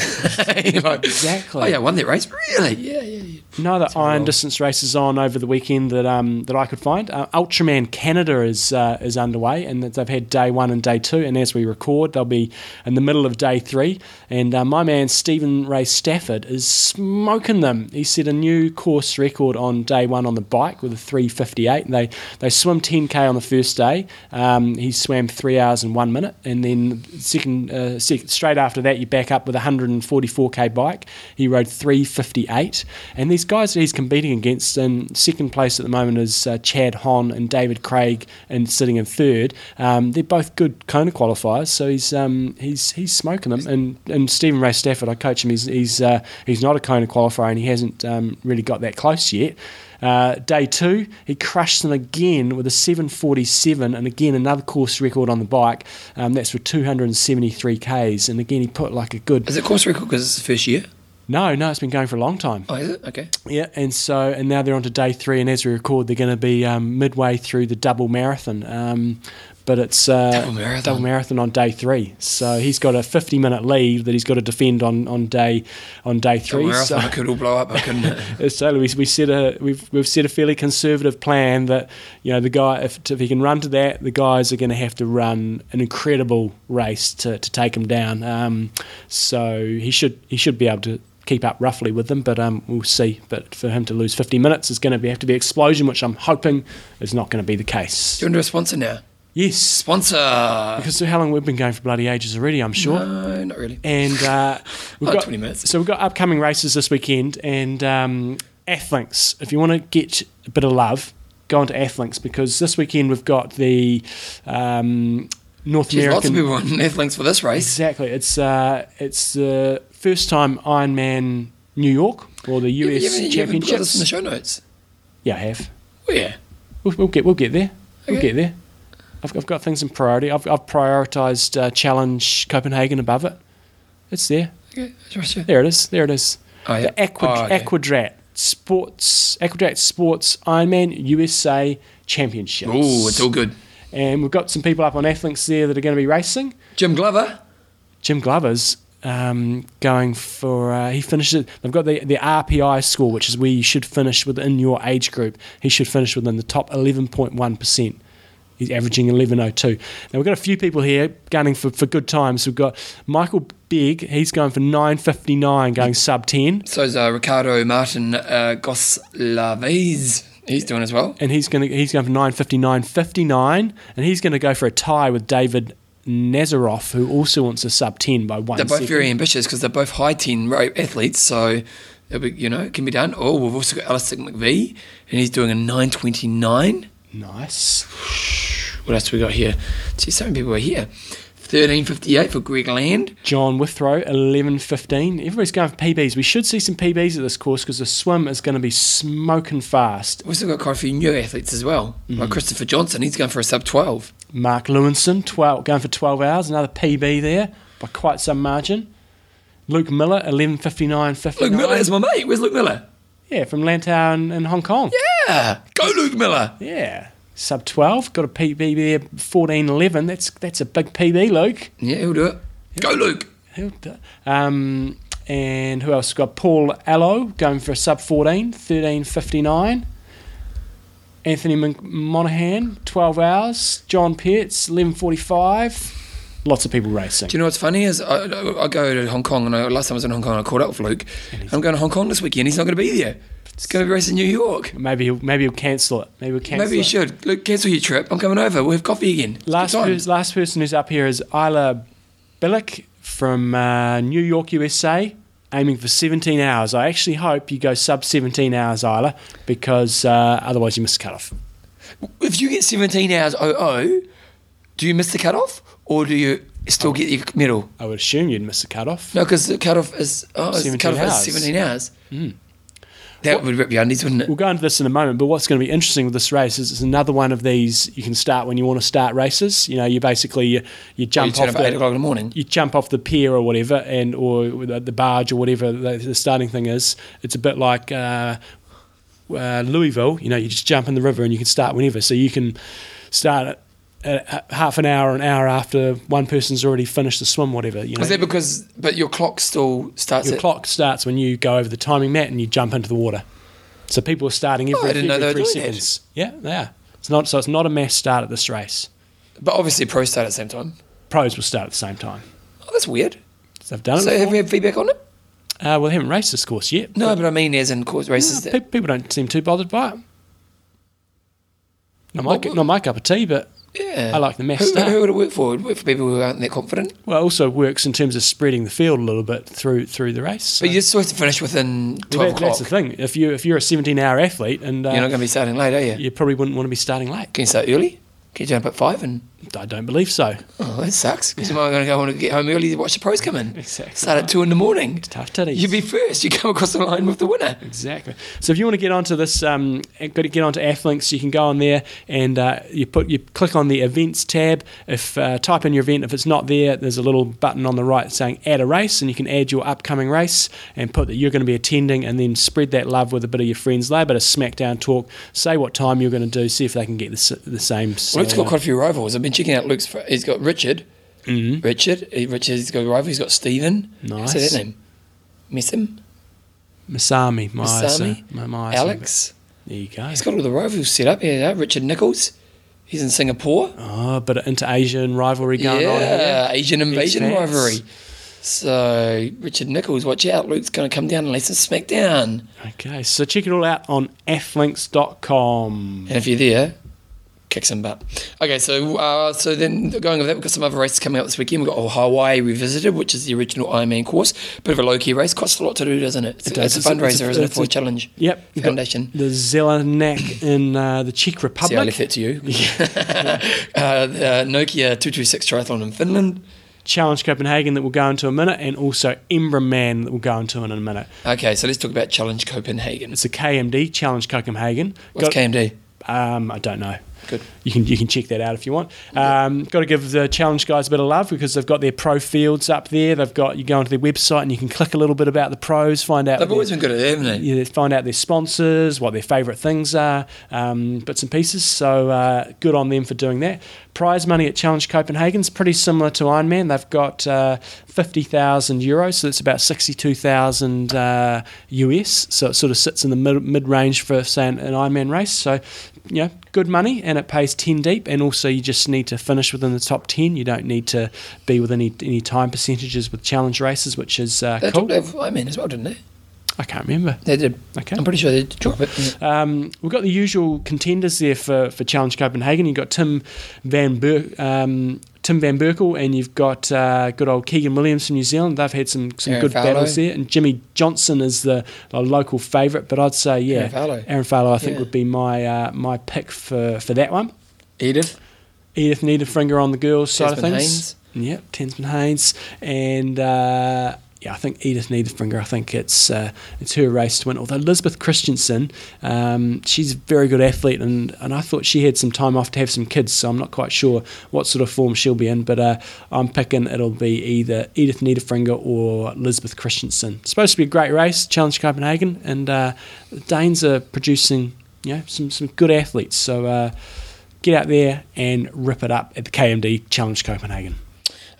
S1: You're like,
S2: Exactly.
S1: Oh yeah, I won that race. Really? Yeah, yeah, yeah.
S2: no other iron
S1: well.
S2: distance races on over the weekend that um, that I could find. Uh, Ultraman Canada is uh, is underway, and that they've had day one and day two. And as we record, they'll be in the middle of day three. And uh, my man Stephen Ray Stafford is smoking them. He set a new course record on day one on the bike with a 3:58. And they they swim 10k on the first day. Um, he swam three hours and one minute, and then second uh, sec- straight after that, you back up with a 144k bike. He rode 3:58, and these guys that he's competing against in second place at the moment is uh, Chad Hon and David Craig, and sitting in third. Um, they're both good Kona qualifiers, so he's um, he's he's smoking them. And and Stephen Ray Stafford, I coach him. He's he's uh, he's not a Kona qualifier, and he hasn't um, really got that close yet. Uh, day two, he crushed them again with a 747, and again another course record on the bike. Um, that's for 273 k's, and again he put like a good.
S1: Is it course record because it's the first year?
S2: No, no, it's been going for a long time.
S1: Oh, is it? Okay.
S2: Yeah, and so and now they're on to day three, and as we record, they're going to be um, midway through the double marathon. Um, but it's uh,
S1: Double marathon.
S2: double marathon on day three, so he's got a fifty-minute lead that he's got to defend on, on day on day
S1: Don't
S2: three.
S1: worry, I
S2: So
S1: thought I could all blow up. I uh, couldn't.
S2: Uh, so we, we set a we've we've set a fairly conservative plan that you know the guy if if he can run to that the guys are going to have to run an incredible race to, to take him down. Um, so he should he should be able to keep up roughly with them, but um, we'll see. But for him to lose 50 minutes is going to be, have to be explosion, which I'm hoping is not going to be the
S1: Do
S2: case.
S1: you want to do a sponsor now?
S2: Yes,
S1: Sponsor.
S2: because how long we've been going for bloody ages already, I'm sure.
S1: No, not really.
S2: And uh, we've
S1: About
S2: got
S1: 20 Oh, minutes.
S2: So we've got upcoming races this weekend, and um, Athlinks. If you want to get a bit of love, go on to Athlinks because this weekend we've got the um, North
S1: There's lots
S2: American.
S1: of people on Netflix for this race.
S2: Exactly. It's uh, it's the first time Ironman New York or the
S1: You
S2: US
S1: haven't- you haven't got this in the
S2: Championships.
S1: show notes.
S2: Yeah, I have.
S1: Oh, yeah.
S2: We'll, we'll get we'll get there. We'll
S1: Okay.
S2: get there. I've, I've got things in priority. I've, I've prioritised uh, Challenge Copenhagen above it. It's there.
S1: Okay. Sure, sure.
S2: There it is. There it is.
S1: Oh, yeah.
S2: The Aquad-
S1: Oh, okay.
S2: Aquadrat Sports Aquadrat Sports Ironman USA Championships.
S1: Oh, it's all good.
S2: and we've got some people up on Athlinks there that are going to be racing.
S1: Jim Glover.
S2: Jim Glover's um, going for uh, he finishes. They've got the the RPI score, which is where you should finish within your age group. He should finish within the top eleven point one percent. He's averaging eleven oh two. Now we've got a few people here gunning for, for good times. We've got Michael Big. He's going for nine fifty nine, going sub ten.
S1: So's uh, Ricardo Martin uh, Goslaves. He's doing as well.
S2: and he's going to he's going for 959 59 and he's going to go for a tie with David Nazaroff who also wants a sub 10 by one
S1: They're both
S2: second.
S1: very ambitious because they're both high 10 rope athletes, so it'll be, you know, it can be done. Oh, we've also got Alistair McVee, and he's doing a 929.
S2: nice
S1: What else we got here? See, so many people are here. 1358 for Greg Land.
S2: John Withrow 1115 everybody's going for PBs we should see some PBs at this course because the swim is going to be smoking fast
S1: We've also got quite a few new athletes as well, like Christopher Johnson. He's going for a sub 12.
S2: Mark Lewinson 12 going for 12 hours another PB there by quite some margin Luke Miller 1159
S1: Luke
S2: 59
S1: Miller is my mate. Where's Luke Miller?
S2: yeah from Lantau in, in Hong Kong
S1: Yeah, go Luke Miller.
S2: Yeah. Sub 12, got a PB there, 14 11. That's, that's a big PB, Luke.
S1: Yeah, he'll do it. Go Luke.
S2: He'll do- Um, And who else? We've got Paul Allo going for a sub 14, 13.59. Anthony Mon- Monaghan, 12 hours. John Pitts, 11.45. Lots of people racing.
S1: Do you know what's funny is I, I I go to Hong Kong and I, last time I was in Hong Kong I caught up with Luke. I'm going to Hong Kong this weekend. He's not going to be there. He's going to be racing in New York.
S2: Maybe he'll, maybe he'll cancel it. Maybe he'll cancel
S1: Maybe you
S2: it.
S1: should Luke cancel your trip. I'm coming over. We'll have coffee again. It's good
S2: Last,
S1: time.
S2: pers- last person who's up here is Isla Billick from uh, New York, USA, aiming for 17 hours. I actually hope you go sub 17 hours, Isla, because uh, otherwise you miss the cutoff.
S1: if you get 17 hours 00, do you miss the cutoff or do you still get your medal?
S2: I would assume you'd miss the cutoff.
S1: No, because the cutoff is oh, it's- the
S2: 17
S1: cutoff
S2: hours. Hmm.
S1: is 17 hours. That would rip your undies, wouldn't it?
S2: We'll go into this in a moment, but what's going to be interesting with this race is it's another one of these you can start when you want to start races. You know, you basically you, you
S1: Oh, you
S2: jump
S1: turn
S2: off
S1: up at 8
S2: the,
S1: o'clock in the morning.
S2: you jump off the pier or whatever, and or the the barge or whatever the, the starting thing is. It's a bit like uh, uh, Louisville. You know, you just jump in the river and you can start whenever. So you can start at, at half an hour, an hour after one person's already finished the swim, whatever. You know,
S1: Is that because, but your clock still starts
S2: your
S1: at.
S2: clock starts when you go over the timing mat and you jump into the water. So people are starting every,
S1: Oh, I didn't know
S2: every
S1: they were
S2: three
S1: doing that.
S2: seconds. Yeah, they are. It's not so it's not a mass start at this race.
S1: But obviously, pro start at the same time.
S2: Pros will start at the same time.
S1: Oh, that's weird.
S2: So they've done it.
S1: So, have
S2: before.
S1: we had feedback on it?
S2: uh, well, they haven't raced this course yet.
S1: No, but I mean, as in course races.
S2: Pe-
S1: that,
S2: people don't seem too bothered by it. Not my,
S1: Well,
S2: not my cup of tea, but
S1: yeah.
S2: I like the mess
S1: Who,
S2: start.
S1: who would it work for? Would it work for people who aren't that confident?
S2: well, it also works in terms of spreading the field a little bit through through the race. So-
S1: But you're supposed to finish within 12
S2: Well, that-
S1: o'clock.
S2: That's the thing. If you if you're a 17 hour athlete and uh,
S1: You're not going to be starting late, are you?
S2: you probably wouldn't want to be starting late.
S1: Can you start early? Can you jump at 5 and.
S2: I don't believe so.
S1: Oh, that sucks. Because am I going to go want to get home early to watch the pros come in?
S2: Exactly.
S1: Start at two in the morning.
S2: Tough titties.
S1: You'd be first. You come across the line with the winner.
S2: Exactly. So if you want to get onto this, um, got to get onto Athlinks, you can go on there and uh, you put you click on the events tab. If uh, type in your event, if it's not there, there's a little button on the right saying add a race, and you can add your upcoming race and put that you're going to be attending, and then spread that love with a bit of your friends. Lay a bit of smackdown talk. Say what time you're going to do. See if they can get the, s- the same.
S1: Luke's got
S2: uh,
S1: quite a few rivals. I've been checking out Luke's. fr- He's got Richard. Mm-hmm. Richard. eh, Richard. He's got a rival. He's got Stephen. Say
S2: Nice.
S1: that name. Missam.
S2: Masami, my
S1: Masami.
S2: my, my
S1: Alex.
S2: There you go.
S1: He's got all the rivals set up. Yeah. Richard Nichols. He's in Singapore.
S2: Oh, but inter Asian rivalry going on here.
S1: yeah. Asian invasion
S2: Expats.
S1: rivalry. So Richard Nichols, watch out. Luke's going to come down and lay some smack down.
S2: Okay, so check it all out on athlinks.com.
S1: And if you're there, kick some butt. Okay, so uh, so then going over that, we've got some other races coming up this weekend. We've got oh, Hawaii Revisited, which is the original Ironman course. Bit of a low key race. Costs a lot to do, doesn't it? It's,
S2: It does.
S1: it's a fundraiser,
S2: It's a-
S1: isn't it?
S2: it's
S1: For
S2: a-
S1: a challenge.
S2: Yep. you've got
S1: Foundation.
S2: The Zelenak in uh, the Czech
S1: See how I
S2: Republic.
S1: left that to you. uh, the Nokia 226 Triathlon in Finland.
S2: Challenge Copenhagen that we'll go into in a minute, and also Embraman that we'll go into in a minute.
S1: Okay, so let's talk about Challenge Copenhagen.
S2: It's a KMD, Challenge Copenhagen.
S1: What's
S2: Got-
S1: KMD?
S2: Um, I don't know.
S1: Good.
S2: You can you can check that out if you want. Um, Got to give the challenge guys a bit of love because they've got their pro fields up there. They've got you go onto their website and you can click a little bit about the pros, find out.
S1: They've
S2: their-
S1: always been good at it, haven't they?
S2: you know, find out their sponsors, what their favourite things are, um, bits and pieces. So uh, good on them for doing that. Prize money at Challenge Copenhagen is pretty similar to Ironman. They've got uh, fifty thousand euros, so that's about sixty-two thousand uh, US. So it sort of sits in the mid, mid-range for say an, an Ironman race. So you know, good money, and it pays ten deep. And also, you just need to finish within the top ten. You don't need to be with any any time percentages with challenge races, which is uh,
S1: They
S2: cool.
S1: talked over Ironman as well, didn't they?
S2: I can't remember.
S1: They did.
S2: Okay.
S1: I'm pretty sure they did drop it.
S2: Um, we've got the usual contenders there for, for Challenge Copenhagen. You've got Tim Van Bur- um, Tim Van Berkel, and you've got uh, good old Keegan Williams from New Zealand. They've had some, some
S1: Aaron
S2: good
S1: Farlow.
S2: battles there, and Jimmy Johnson is the, the local favourite. But I'd say yeah,
S1: Aaron Farlow.
S2: Aaron Farlow, I think
S1: Yeah.
S2: would be my uh, my pick for, for that one.
S1: Edith.
S2: Edith Niederfinger on the girls' side of
S1: Tasman
S2: things. Yep, Tensman Haynes, and uh, yeah, I think Edith Niederfinger. I think it's uh, it's her race to win. Although Elizabeth Christensen, um, she's a very good athlete, and, and I thought she had some time off to have some kids, so I'm not quite sure what sort of form she'll be in. But uh, I'm picking it'll be either Edith Niederfinger or Elizabeth Christensen. It's supposed to be a great race, Challenge Copenhagen, and uh, the Danes are producing you know some some good athletes. So. Uh, get out there and rip it up at the KMD Challenge Copenhagen.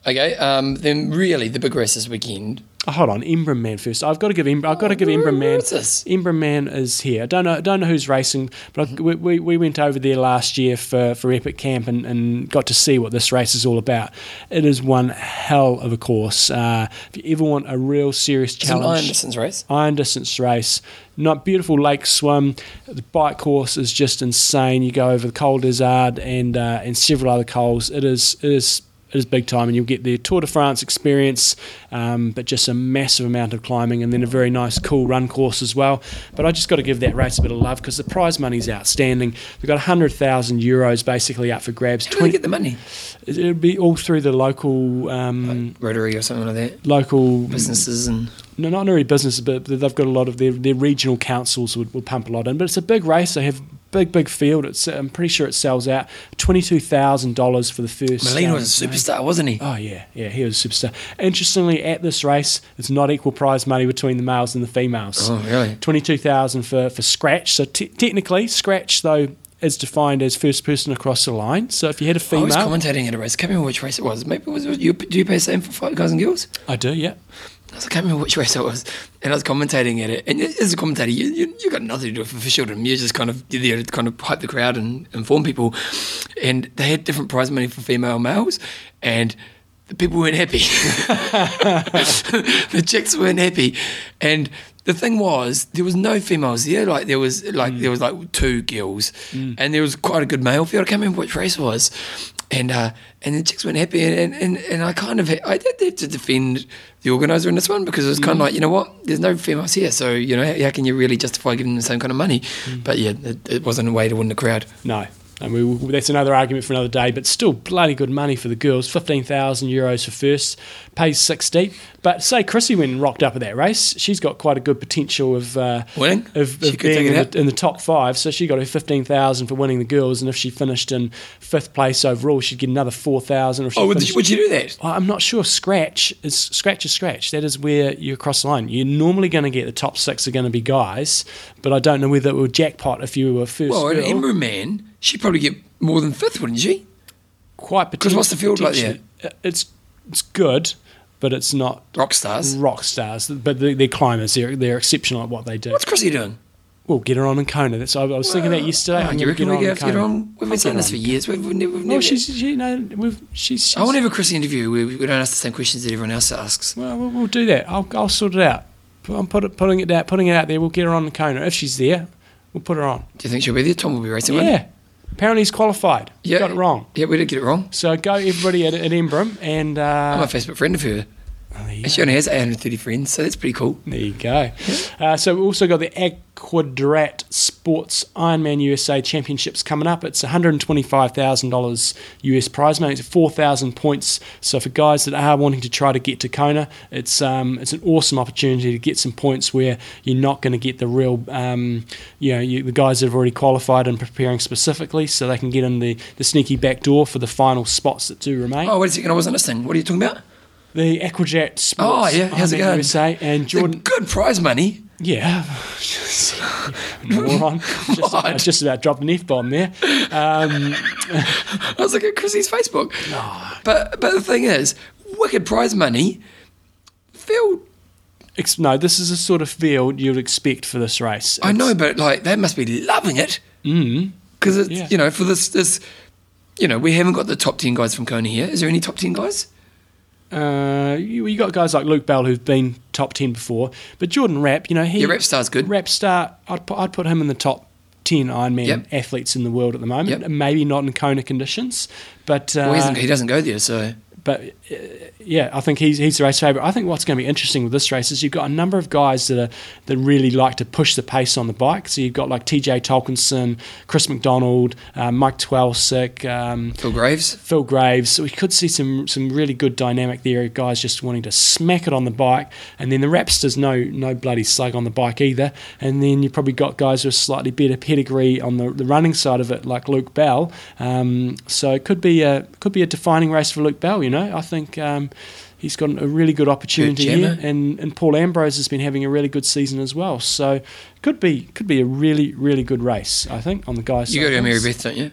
S1: Okay, um, then really the big race this weekend
S2: Oh, hold on, Imbram Man first. I've got to give Imbram. I've got to give Imbram Man.
S1: where is this?
S2: Imbram Man is here. Don't know. Don't know who's racing, but I, we, we we went over there last year for, for Epic Camp and, and got to see what this race is all about. It is one hell of a course. Uh, if you ever want a real serious
S1: It's an
S2: challenge,
S1: iron distance race.
S2: iron distance race. Not beautiful lake swim. The bike course is just insane. You go over the Col d'Azard and uh, and several other cols. It is it is it is big time, and you'll get the Tour de France experience, um, but just a massive amount of climbing, and then a very nice cool run course as well. But I just got to give that race a bit of love because the prize money is outstanding. We've got hundred thousand euros basically up for grabs.
S1: How do they
S2: Twenty.
S1: get the money?
S2: It'll be all through the local. Um,
S1: Rotary or something like that.
S2: Local
S1: Businesses and
S2: no, not only businesses, but they've got a lot of their, their regional councils would, would pump a lot in. But it's a big race. They have big, big field. It's I'm pretty sure it sells out. Twenty two thousand dollars for the first.
S1: Molina
S2: um,
S1: was a superstar, wasn't he?
S2: Oh yeah, yeah, he was a superstar. Interestingly, at this race, it's not equal prize money between the males and the females.
S1: Oh, really?
S2: Twenty-two thousand for for scratch. So te- technically, scratch though is defined as first person across the line. So if you had a
S1: I was
S2: female,
S1: commentating at a race. I can't remember which race it was. Maybe it was you. Do you pay the same for five guys and girls?
S2: I do, yeah.
S1: I was- I can't remember which race it was, and I was commentating at it. And as a commentator, you you, you got nothing to do for, for children. You're just kind of you're there to kind of hype the crowd and inform people. And they had different prize money for female and males, and the people weren't happy. the chicks weren't happy, and the thing was there was no females there. Like there was like
S2: Mm.
S1: there was like two girls, and there was quite a good male field. I can't remember which race it was, and uh, and the chicks weren't happy. And and, and I kind of I did have to defend the organizer in this one because it was
S2: Mm.
S1: kind of like you know what there's no females here, so you know how, how can you really justify giving them the same kind of money?
S2: Mm.
S1: But yeah, it, it wasn't a way to win the crowd.
S2: No. And we, we- that's another argument for another day, but still bloody good money for the girls. 15,000 euros for first, pays 60. But say Chrissy went and rocked up at that race, she's got quite a good potential of, uh,
S1: Winning?
S2: of,
S1: She
S2: of
S1: could take
S2: being
S1: it
S2: in
S1: out.
S2: the, in the top five. So she got her 15,000 for winning the girls, and if she finished in fifth place overall, she'd get another 4,000. or if she
S1: Oh, would
S2: finished-
S1: you, would you do that?
S2: I- I'm not sure. Scratch is scratch is scratch. That is where you cross the line. You're normally going to get the top six are going to be guys, but I don't know whether it will jackpot if you were first.
S1: Well, an
S2: girl.
S1: Ember man, she'd probably get more than fifth, wouldn't she?
S2: quite potential.
S1: what's the field like there?
S2: It's it's good, but it's not
S1: Rock stars.
S2: rock stars. But they- they're climbers. They're they're exceptional at what they do.
S1: What's Chrissy doing?
S2: Well, get her on in Kona. That's I was thinking that yesterday.
S1: Oh,
S2: I'm
S1: you
S2: gonna
S1: reckon
S2: her
S1: we
S2: in
S1: have to get
S2: Kona.
S1: on? We've
S2: I'll
S1: been
S2: get
S1: saying
S2: her
S1: this
S2: on.
S1: for years. We've, we've never. We've
S2: Well,
S1: never
S2: Oh, she's you know we've she's. she's
S1: I want to have a Chrissy interview where we don't ask the same questions that everyone else asks.
S2: well, we'll, we'll do that. I'll I'll sort it out. Put- I'm put it, putting it out, putting it out there. We'll get her on in Kona if she's there. We'll put her on.
S1: Do you think she'll be there? Tom will be racing one.
S2: Yeah. Apparently he's qualified.
S1: Yeah.
S2: Got it wrong.
S1: Yeah, we did get it wrong.
S2: So go everybody at, at Embrum and
S1: I'm a
S2: uh,
S1: Facebook friend of her.
S2: oh, there you
S1: And she only has 830 friends, so that's pretty cool.
S2: There you go. Uh, so we've also got the Aquadrat Sports Ironman USA Championships coming up. It's $125,000 US prize money. It's 4,000 points. So for guys that are wanting to try to get to Kona, it's um, it's an awesome opportunity to get some points where you're not going to get the real, um, you know, you, the guys that have already qualified and preparing specifically, so they can get in the, the sneaky back door for the final spots that do remain.
S1: Oh, wait a second, I wasn't listening. What are you talking about?
S2: The Aquadrat Sports
S1: Oh, yeah. How's it
S2: Ironman
S1: going?
S2: USA and
S1: The
S2: Jordan.
S1: good prize money.
S2: Yeah, moron. Just, I
S1: What?
S2: just about dropped an F bomb there. Um,
S1: I was looking at Chrissy's Facebook. But, but the thing is, wicked prize money. Phil,
S2: ex- no, this is the sort of field you'd expect for this race. mm,
S1: I
S2: It's-
S1: know, but like, they must be loving it. Because, it's
S2: Yeah.
S1: you know, for this, this, you know, we haven't got the top 10 guys from Kona here. Is there any top 10 guys?
S2: Uh, you, you got guys like Luke Bell who've been top ten before, but Jordan Rapp, you know, he
S1: Yeah, Rapstar's good.
S2: Rap star, I'd put, I'd put him in the top ten Ironman
S1: Yep.
S2: athletes in the world at the moment.
S1: Yep.
S2: Maybe not in Kona conditions, but uh,
S1: well, he, hasn't, he doesn't go there, so.
S2: but uh, yeah, I think he's he's the race favourite. I think what's going to be interesting with this race is you've got a number of guys that are that really like to push the pace on the bike. So you've got like T.J. Tolkinson, Chris McDonald, uh, Mike Twelsick, um,
S1: Phil Graves.
S2: Phil Graves. So we could see some some really good dynamic there. of Guys just wanting to smack it on the bike, and then the Rapsters no no bloody slug on the bike either. And then you probably got guys with slightly better pedigree on the, the running side of it, like Luke Bell. Um, so it could be a could be a defining race for Luke Bell. You know, I think. Um, He's got a really good opportunity here,
S1: Jammer.
S2: and, and Paul Ambrose has been having a really good season as well. So could be could be a really really good race, I think, on the guys.
S1: You
S2: side
S1: go to
S2: of
S1: Mary
S2: things.
S1: Beth, don't you?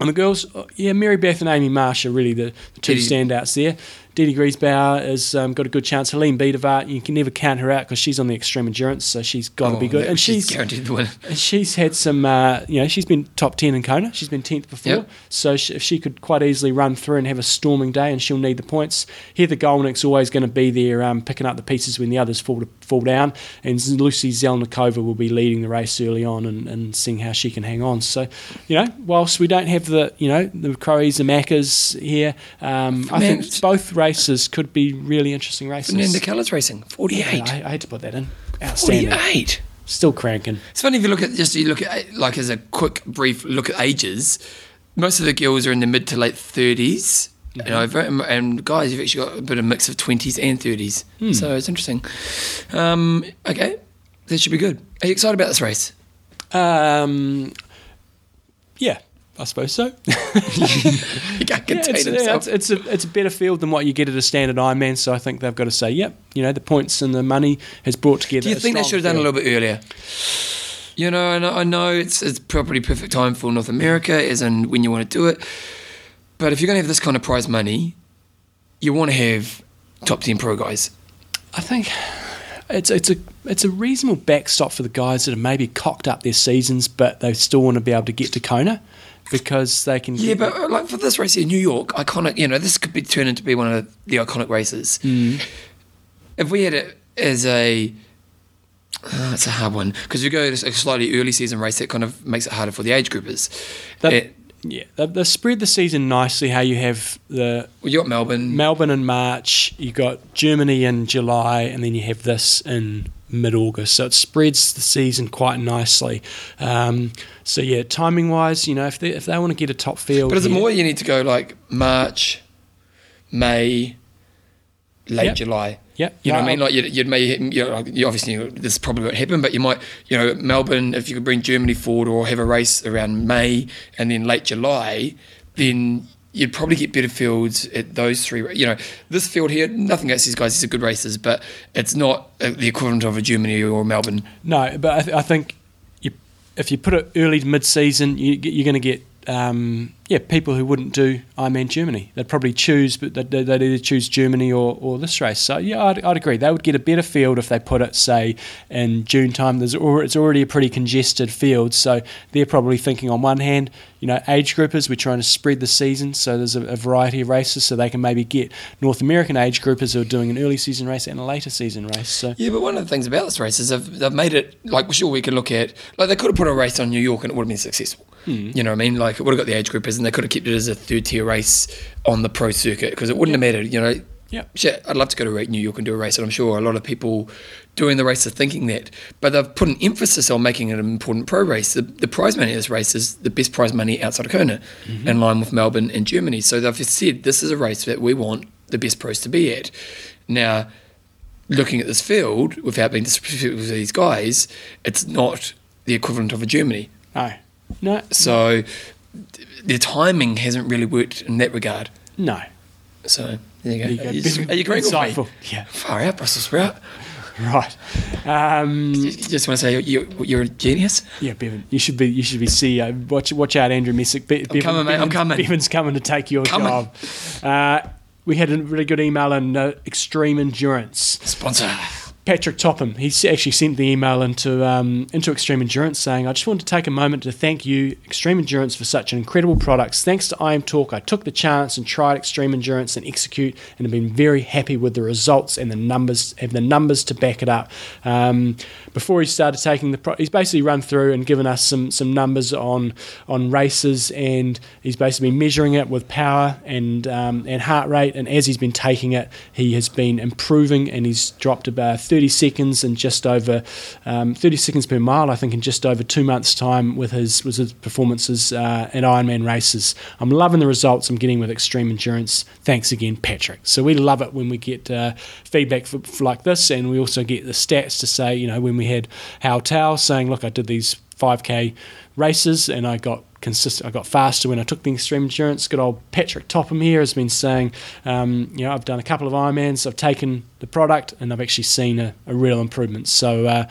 S2: And the girls, uh, yeah, Mary Beth and Amy Marsh are really the, the two
S1: Did you-
S2: standouts there. Didi Griesbauer has um, got a good chance. Helene Biedevart, you can never count her out because she's on the extreme endurance, so she's got to
S1: Oh,
S2: be good.
S1: no,
S2: And she's
S1: guaranteed to win.
S2: she's had some, uh, you know, she's been top 10 in Kona. She's been 10th before.
S1: Yep.
S2: So she, if she could quite easily run through and have a storming day and she'll need the points. Heather Golnick's always going to be there um, picking up the pieces when the others fall, fall down. And Z- Lucy Zelnikova will be leading the race early on and, and seeing how she can hang on. So, you know, whilst we don't have the, you know, the Crows, the Maccas here, um, I
S1: Man,
S2: think both races could be really interesting races.
S1: Fernanda Keller's racing, 48.
S2: I, I had to put that in. Outstanding.
S1: 48.
S2: Still cranking.
S1: It's funny if you look at just you look at like as a quick brief look at ages. Most of the girls are in the mid to late 30s and
S2: Mm-hmm.
S1: over, and, and guys you've actually got a bit of mix of twenties and thirties.
S2: Hmm.
S1: So it's interesting. Um, okay, this should be good. Are you excited about this race?
S2: Um, yeah, I suppose so.
S1: You can't
S2: Yeah,
S1: contain
S2: it's, yeah,
S1: himself.
S2: it's, it's a it's a better field than what you get at a standard Ironman. So I think they've got to say, yep, you know, the points and the money has brought together.
S1: Do you
S2: a
S1: think they
S2: strong
S1: should have done a
S2: field.
S1: little bit earlier? You know, I know, I know it's it's probably perfect time for North America, as in when you want to do it. But if you're going to have this kind of prize money, you want to have top ten pro guys.
S2: I think it's it's a it's a reasonable backstop for the guys that have maybe cocked up their seasons, but they still want to be able to get to Kona because they can.
S1: Yeah,
S2: get-
S1: but uh, like for this race in New York, iconic. You know, this could be turned into be one of the iconic races. If we had it as a, Ah, it's a hard one because you go to a slightly early season race that kind of makes it harder for the age groupers.
S2: that-
S1: It-
S2: yeah, they've, they've spread the season nicely. How you have the
S1: well, you got Melbourne.
S2: Melbourne in March, you got Germany in July, and then you have this in mid August. So it spreads the season quite nicely. Um, so, yeah, timing wise, you know, if they, if they want to get a top field.
S1: but is it
S2: here-
S1: more you need to go like March, May, late
S2: Yep.
S1: July?
S2: Yep.
S1: You know
S2: No,
S1: what I mean? Like you'd, you'd may, you know, like you obviously this probably won't happen, but you might, you know, Melbourne. If you could bring Germany forward or have a race around May and then late July, then you'd probably get better fields at those three. You know, this field here, nothing against these guys; these are good races, but it's not uh, the equivalent of a Germany or Melbourne.
S2: No, but I, th- I think you, if you put it early to mid season, you, get- you're going to get. Um, yeah, people who wouldn't do Ironman Germany, they'd probably choose, but they'd, they'd either choose Germany or, or this race. So yeah, I'd, I'd agree. They would get a better field if they put it, say, in June time. There's al- it's already a pretty congested field, so they're probably thinking on one hand, you know, age groupers. We're trying to spread the season, so there's a, a variety of races, so they can maybe get North American age groupers who are doing an early season race and a later season race. So
S1: Yeah, but one of the things about this race is they've, they've made it like sure we could look at like they could have put a race on New York and it would have been successful.
S2: Hmm.
S1: You know what I mean? Like it would have got the age groupers and they could have kept it as a third tier race on the pro circuit because it wouldn't have mattered. You know?
S2: Yeah.
S1: Shit, I'd love to go to New York and do a race, and I'm sure a lot of people doing the race are thinking that. But they've put an emphasis on making it an important pro race. The, the prize money of this race is the best prize money outside of Kona,
S2: Mm-hmm.
S1: in line with Melbourne and Germany. So they've said this is a race that we want the best pros to be at. Now looking at this field without being disrespectful to these guys, it's not the equivalent of a Germany.
S2: no, no,
S1: So th- their timing hasn't really worked in that regard.
S2: no.
S1: So there you go.
S2: There you go.
S1: Are you, s- are you agreeing with me?
S2: Insightful. Yeah.
S1: Far out, Brussels sprout.
S2: Right. Um,
S1: You just want to say you're, you're a genius.
S2: yeah, Bevan, you should be you should be CEO. Watch watch out, Andrew Messick. Be- Bevan-
S1: coming, mate, I'm
S2: Bevan's-
S1: coming.
S2: Bevan's coming to take your
S1: Coming.
S2: job. Uh, we had a really good email on uh, extreme endurance.
S1: Sponsor.
S2: Patrick Topham, he s- actually sent the email into um, into Extreme Endurance saying, I just wanted to take a moment to thank you, Extreme Endurance, for such an incredible product. Thanks to I Am Talk, I took the chance and tried Extreme Endurance and Execute and have been very happy with the results and the numbers have the numbers to back it up. Um, before he started taking the pro- he's basically run through and given us some some numbers on on races and he's basically been measuring it with power and um, and heart rate and as he's been taking it he has been improving and he's dropped about 30 seconds and just over um, 30 seconds per mile I think in just over two months time with his with his performances uh, at Ironman races I'm loving the results I'm getting with extreme endurance thanks again Patrick so we love it when we get uh, feedback for, for like this and we also get the stats to say you know when we had Hao Tao saying look I did these 5k races, and I got consistent. I got faster when I took the extreme endurance. Good old Patrick Topham here has been saying, um, you know, I've done a couple of Ironmans, I've taken the product, and I've actually seen a, a real improvement. So uh,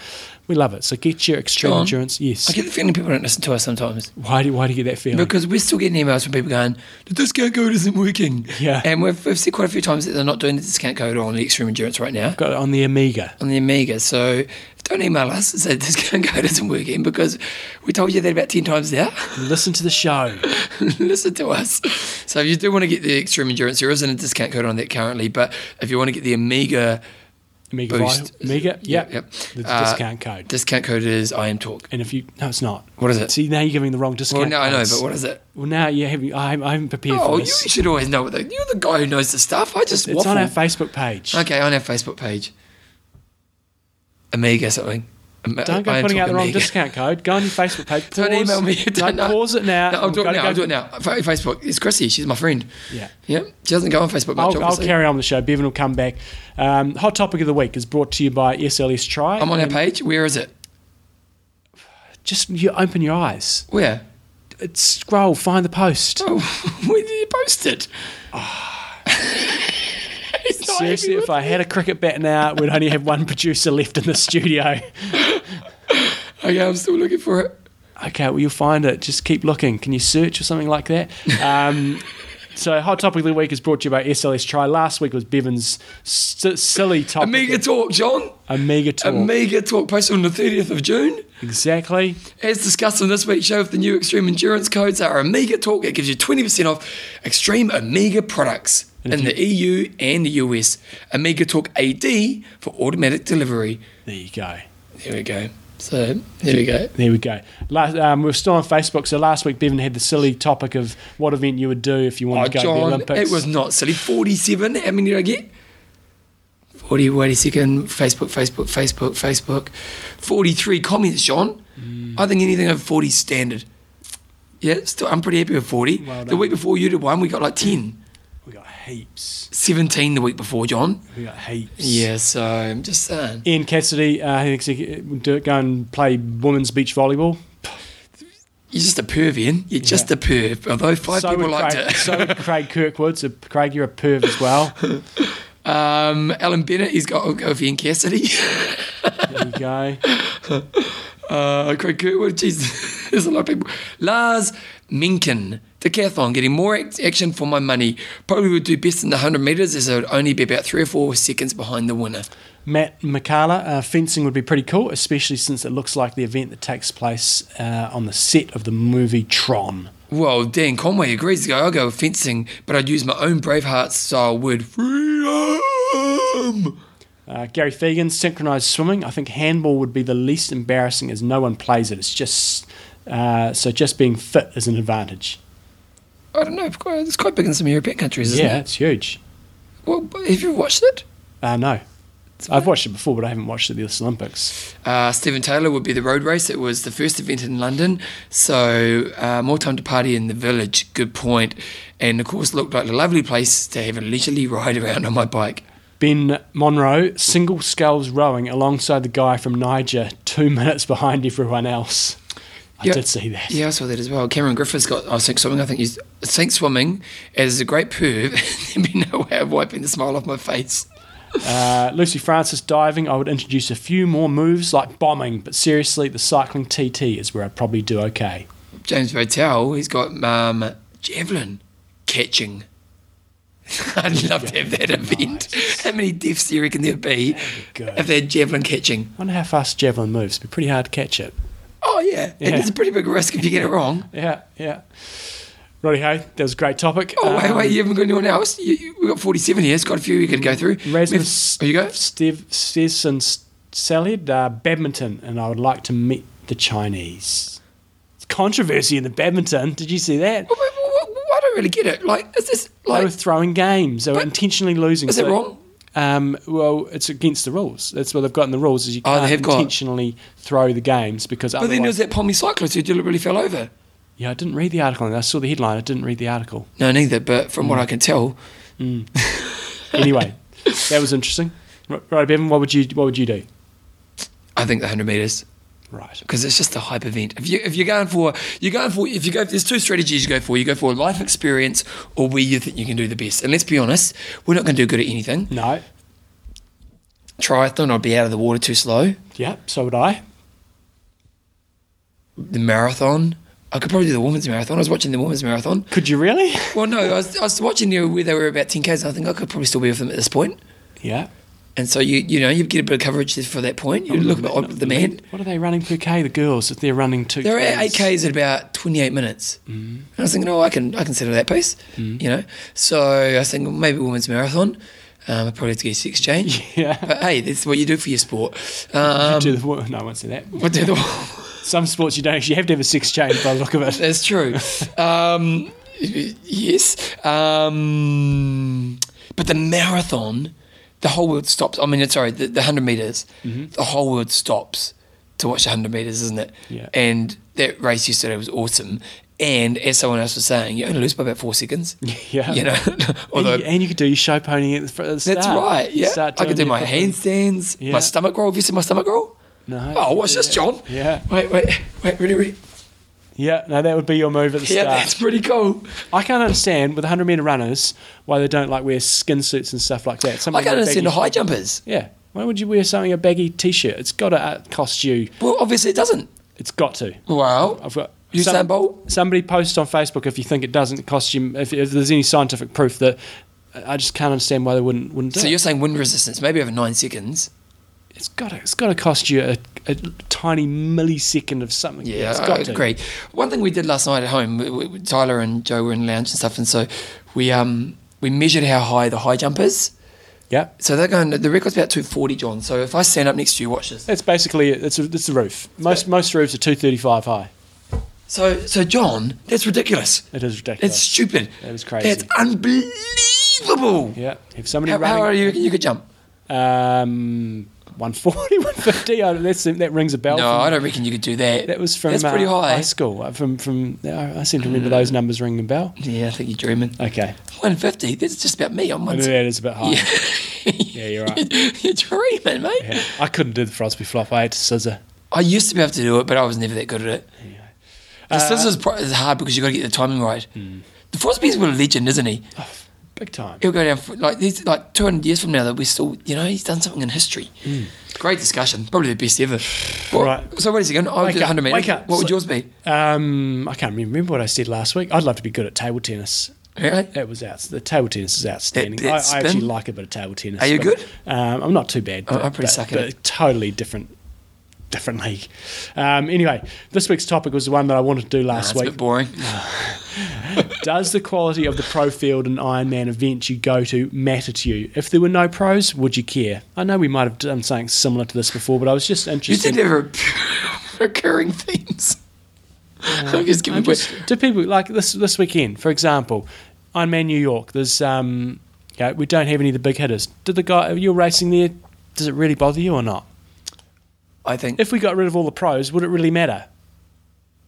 S2: we love it. So get your extreme
S1: John,
S2: endurance. Yes.
S1: I get the feeling people don't listen to us sometimes
S2: why do Why do you get that feeling?
S1: because we're still getting emails from people going, the discount code isn't working.
S2: Yeah.
S1: And we've, we've seen quite a few times that they're not doing the discount code on the Extreme Endurance right now
S2: got it on the Amiga.
S1: on the Amiga. So don't email us and say the discount code isn't working because we told you that about 10 times now.
S2: Listen to the show.
S1: listen to us. So if you do want to get the Extreme Endurance, there isn't a discount code on that currently, but if you want to get the Amiga
S2: Amiga
S1: Boost.
S2: Vital. Amiga. Yep.
S1: yep.
S2: The
S1: Uh,
S2: discount code.
S1: discount code is I am Talk.
S2: And if you no, it's not.
S1: What is it?
S2: See now you're giving the wrong discount.
S1: Well, no, I know,
S2: codes.
S1: but what is it?
S2: Well, now you haven't. I, I haven't prepared
S1: Oh,
S2: for
S1: you
S2: this.
S1: should always know. What the, you're the guy who knows the stuff. I just
S2: it's
S1: waffle.
S2: on our Facebook page.
S1: okay, on our Facebook page, Amiga something. Am-
S2: Don't go
S1: I am
S2: putting out
S1: Talk
S2: the wrong
S1: Amiga.
S2: discount code. Go on your Facebook page. Pause.
S1: Don't email me.
S2: No,
S1: Don't know.
S2: pause it now.
S1: No, I'll do it
S2: Gotta
S1: now.
S2: go-
S1: I'll do it now. Fa- Facebook. It's Chrissy. She's my friend.
S2: Yeah.
S1: Yeah. She doesn't go on Facebook much.
S2: I'll, I'll
S1: obviously.
S2: carry on the show. Bevan will come back. Um, Hot topic of the week is brought to you by SLS Try.
S1: I'm on our page. Where is it?
S2: Just you open your eyes.
S1: Where?
S2: It's scroll. Find the post.
S1: Oh, where did you post it? It's not
S2: Ah. Seriously,
S1: everywhere.
S2: if I had a cricket bat now, we'd only have one producer left in the studio.
S1: Okay, I'm still looking for it.
S2: Okay, well, you'll find it. Just keep looking. Can you search or something like that? Um, so, Hot Topic of the Week is brought to you by SLS Try. Last week was Bevan's s- silly topic.
S1: Amiga Talk, John.
S2: Amiga Talk.
S1: Amiga Talk posted on the 30th of June.
S2: exactly.
S1: As discussed on this week's show, with the new Extreme Endurance codes are Amiga Talk. It gives you 20% off Extreme Amiga products in the EU and the US. Amiga Talk AD for automatic delivery.
S2: There you go.
S1: There we go. So, there we go.
S2: There we go. Last, um, we're still on Facebook. So, last week, Bevan had the silly topic of what event you would do if you
S1: Oh,
S2: wanted to go to the
S1: John,
S2: Olympics.
S1: it was not silly. 47. How many did I get? 40, wait a second. Facebook, Facebook, Facebook, Facebook. 43 comments, John.
S2: Mm.
S1: I think anything over 40 is standard. Yeah, still, I'm pretty happy with 40.
S2: Well
S1: the
S2: done.
S1: week before you did one, we got like 10.
S2: We got heaps.
S1: 17 the week before, John.
S2: We got heaps.
S1: Yeah, so I'm just saying.
S2: Ian Cassidy, uh, he thinks he could do it, go and play women's beach volleyball.
S1: You're just a perv, Ian. You're just a perv. Although five
S2: so
S1: people
S2: would
S1: liked
S2: Craig,
S1: it.
S2: so would Craig Kirkwood. So Craig, you're a perv as well.
S1: Um, Alan Bennett, he's got, I'll go for Ian Cassidy.
S2: There you go.
S1: Uh, Craig Kirkwood, jeez, there's a lot of people. Lars Minkin, decathlon, getting more ac- action for my money. Probably would do best in the 100 metres as it would only be about three or four seconds behind the winner.
S2: Matt McCalla, uh, fencing would be pretty cool, especially since it looks like the event that takes place uh, on the set of the movie Tron.
S1: Well, Dan Conway agrees to go, I'll go fencing, but I'd use my own Braveheart style word, freedom.
S2: Uh, Gary Fegan, synchronized swimming. I think handball would be the least embarrassing as no one plays it. It's just uh, so just being fit is an advantage.
S1: I don't know, it's quite- it's quite big in some European countries, isn't
S2: yeah,
S1: it?
S2: it's huge.
S1: Well, have you watched it?
S2: Uh, no, I've watched it before, but I haven't watched it at this Olympics.
S1: Uh, Stephen Taylor would be the road race. It was the first event in London, so uh, more time to party in the village. Good point. And of course, looked like a lovely place to have a leisurely ride around on my bike.
S2: Ben Monroe, single sculls rowing alongside the guy from Niger, two minutes behind everyone else. I
S1: Yeah.
S2: did see that.
S1: Yeah, I saw that as well. Cameron Griffiths got I think swimming. I think he's think swimming as a great perv. There'd be no way of wiping the smile off my face.
S2: Uh, Lucy Francis diving, I would introduce a few more moves like bombing, but seriously, the cycling TT is where I'd probably do okay.
S1: James Votel, he's got um, javelin catching. I'd love to have that event. How many deaths do you reckon there'd be
S2: good.
S1: if they had javelin catching?
S2: wonder how fast javelin moves. It'd be pretty hard to catch it.
S1: Oh yeah. and
S2: Yeah.
S1: it's a pretty big risk if you get it wrong.
S2: Yeah, yeah. Righty ho, that was a great topic.
S1: Oh wait,
S2: Um,
S1: wait, you haven't got anyone else. You, you, we got forty-seven here. It's got a few we could go through.
S2: Rasmus
S1: Meth- oh, you go.
S2: Um, Stev- Stevson S- Salad, uh, badminton, and I would like to meet the Chinese. It's controversy in the badminton. Did you see that?
S1: Wh- wh- wh- I don't really get it. Like, is this
S2: They were
S1: Oh, like?
S2: throwing games. They were intentionally losing.
S1: Is it wrong?
S2: Um, well, it's against the rules. That's what they've got in the rules. Is you
S1: Oh, they
S2: can't
S1: have got-
S2: intentionally throw the games because.
S1: But then
S2: otherwise-
S1: there's that Palmy cyclist who deliberately fell over.
S2: yeah, I didn't read the article. I saw the headline. I didn't read the article.
S1: No, neither. But from
S2: Hmm.
S1: what I can tell,
S2: Anyway, that was interesting. Right, Bevan, what would you what would you do?
S1: I think the hundred meters.
S2: Right.
S1: because it's just a hype event. If you if you're going for you're going for if you go there's two strategies you go for. You go for life experience or where you think you can do the best. And let's be honest, we're not going to do good at anything.
S2: No.
S1: Triathlon, I'd be out of the water too slow.
S2: Yeah. So would I.
S1: The marathon, I could probably do the women's marathon. I was watching the women's marathon.
S2: Could you really?
S1: Well, no, I was, I was watching you where they were about 10k's. I think I could probably still be with them at this point.
S2: Yeah.
S1: And so you you know you get a bit of coverage there for that point. You look
S2: Not
S1: at the man.
S2: What are they running per k? The girls, if they're running two.
S1: They're at eight
S2: Ks.
S1: k's at about twenty eight minutes. And I was thinking, oh, I can I can settle that pace, you know. So I was thinking well, maybe women's marathon. Um, I probably have to get a sex change.
S2: Yeah.
S1: But hey, that's what you do for your sport. Um,
S2: Do the, no, I won't say that.
S1: but do the-
S2: Some sports you don't actually have to have a six change by the look of it.
S1: that's true. Um, y- yes. Um, but the marathon, the whole world stops. I mean, sorry, the, the 100 meters,
S2: Mm-hmm.
S1: the whole world stops to watch the 100 meters, isn't it?
S2: Yeah.
S1: And that race yesterday was awesome. And as someone else was saying, you only lose by about four seconds.
S2: Yeah.
S1: You know, although.
S2: and, you, and you could do your show pony at the, fr- at the start.
S1: that's right. Yeah,
S2: Start
S1: I could do
S2: doing
S1: my
S2: your-
S1: handstands,
S2: Yeah.
S1: my stomach roll. Have you seen my stomach roll?
S2: No.
S1: Oh, what's this, John?
S2: Yeah.
S1: Wait, wait, wait, really, really.
S2: Yeah. No, that would be your move at the
S1: Yeah,
S2: start.
S1: that's pretty cool.
S2: I can't understand with 100 meter runners why they don't like wear skin suits and stuff like that. Something
S1: I can't
S2: like
S1: understand the
S2: baggy-
S1: high jumpers.
S2: Yeah. Why would you wear something a baggy t-shirt? It's got to uh, cost you.
S1: Well, obviously it doesn't.
S2: It's got to.
S1: Wow.
S2: I've got
S1: Usain Bolt?
S2: Somebody posted on Facebook if you think it doesn't cost you. If, if there's any scientific proof that, I just can't understand why they wouldn't wouldn't do
S1: So
S2: it.
S1: you're saying wind resistance, maybe over nine seconds.
S2: it's got to. It's got to cost you a, a tiny millisecond of something.
S1: Yeah, uh,
S2: it's
S1: I
S2: got to.
S1: agree. One thing we did last night at home, we- we- Tyler and Joe were in lounge and stuff, and so we um we measured how high the high jump is.
S2: Yeah.
S1: So they're going. The record's about two forty, John. So if I stand up next to you, watch this.
S2: That's basically it. It's, a, it's the roof. Most most roofs are 235 high.
S1: So so John, that's ridiculous.
S2: It is
S1: That's
S2: ridiculous.
S1: stupid.
S2: That was crazy.
S1: That's unbelievable.
S2: yeah. If somebody
S1: How,
S2: running,
S1: how are you? You could jump.
S2: Um, 140, 150. I, that's, that rings a bell.
S1: No,
S2: from-
S1: I don't reckon you could do that.
S2: That was from
S1: That's pretty
S2: uh,
S1: high. Mm.
S2: high school. Uh, From from I I seem to remember those numbers ringing a bell.
S1: Yeah, I think you're dreaming.
S2: Okay,
S1: One fifty. That's just about me. I'm
S2: I
S1: one.
S2: knew that is a bit high. Yeah, you're right.
S1: You're dreaming, mate.
S2: Yeah. I couldn't do the Frosby flop. I had to scissor.
S1: I used to be able to do it, but I was never that good at it. The
S2: Uh,
S1: scissors pro- is hard because you got to get the timing right.
S2: Hmm.
S1: The Frosby's a legend, isn't he?
S2: Oh, big time.
S1: He'll go down for, like these like 200 years from now that we're still, you know, he's done something in history. Great discussion, probably the best ever. Well,
S2: Hmm. Right.
S1: So what is Oh, he going? I would
S2: Wake
S1: do
S2: up,
S1: 100 meters.
S2: wake up.
S1: What would
S2: So-
S1: yours be?
S2: Um, I can't remember what I said last week. I'd love to be good at table tennis.
S1: Really?
S2: That was out. The table tennis is outstanding.
S1: That- that
S2: I, I actually
S1: spin?
S2: like a bit of table tennis.
S1: Are you
S2: but,
S1: good? Oh,
S2: Um, I'm not too bad.
S1: I'm pretty
S2: but,
S1: suck at
S2: but
S1: it.
S2: Totally different, different league. Um, anyway, this week's topic was the one that I wanted to do
S1: That's
S2: last
S1: a
S2: week.
S1: bit boring.
S2: Does the quality of the pro field and Ironman event you go to matter to you? If there were no pros, would you care? I know we might have done something similar to this before, but I was just
S1: You did
S2: interested.
S1: have re- recurring themes. I'm just giving
S2: I'm just-
S1: away-
S2: do people like this this weekend, for example, Ironman New York? There's um, yeah, we don't have any of the big hitters. Did the guy you're racing there? Does it really bother you or not?
S1: I think
S2: If we got rid of all the pros, would it really matter?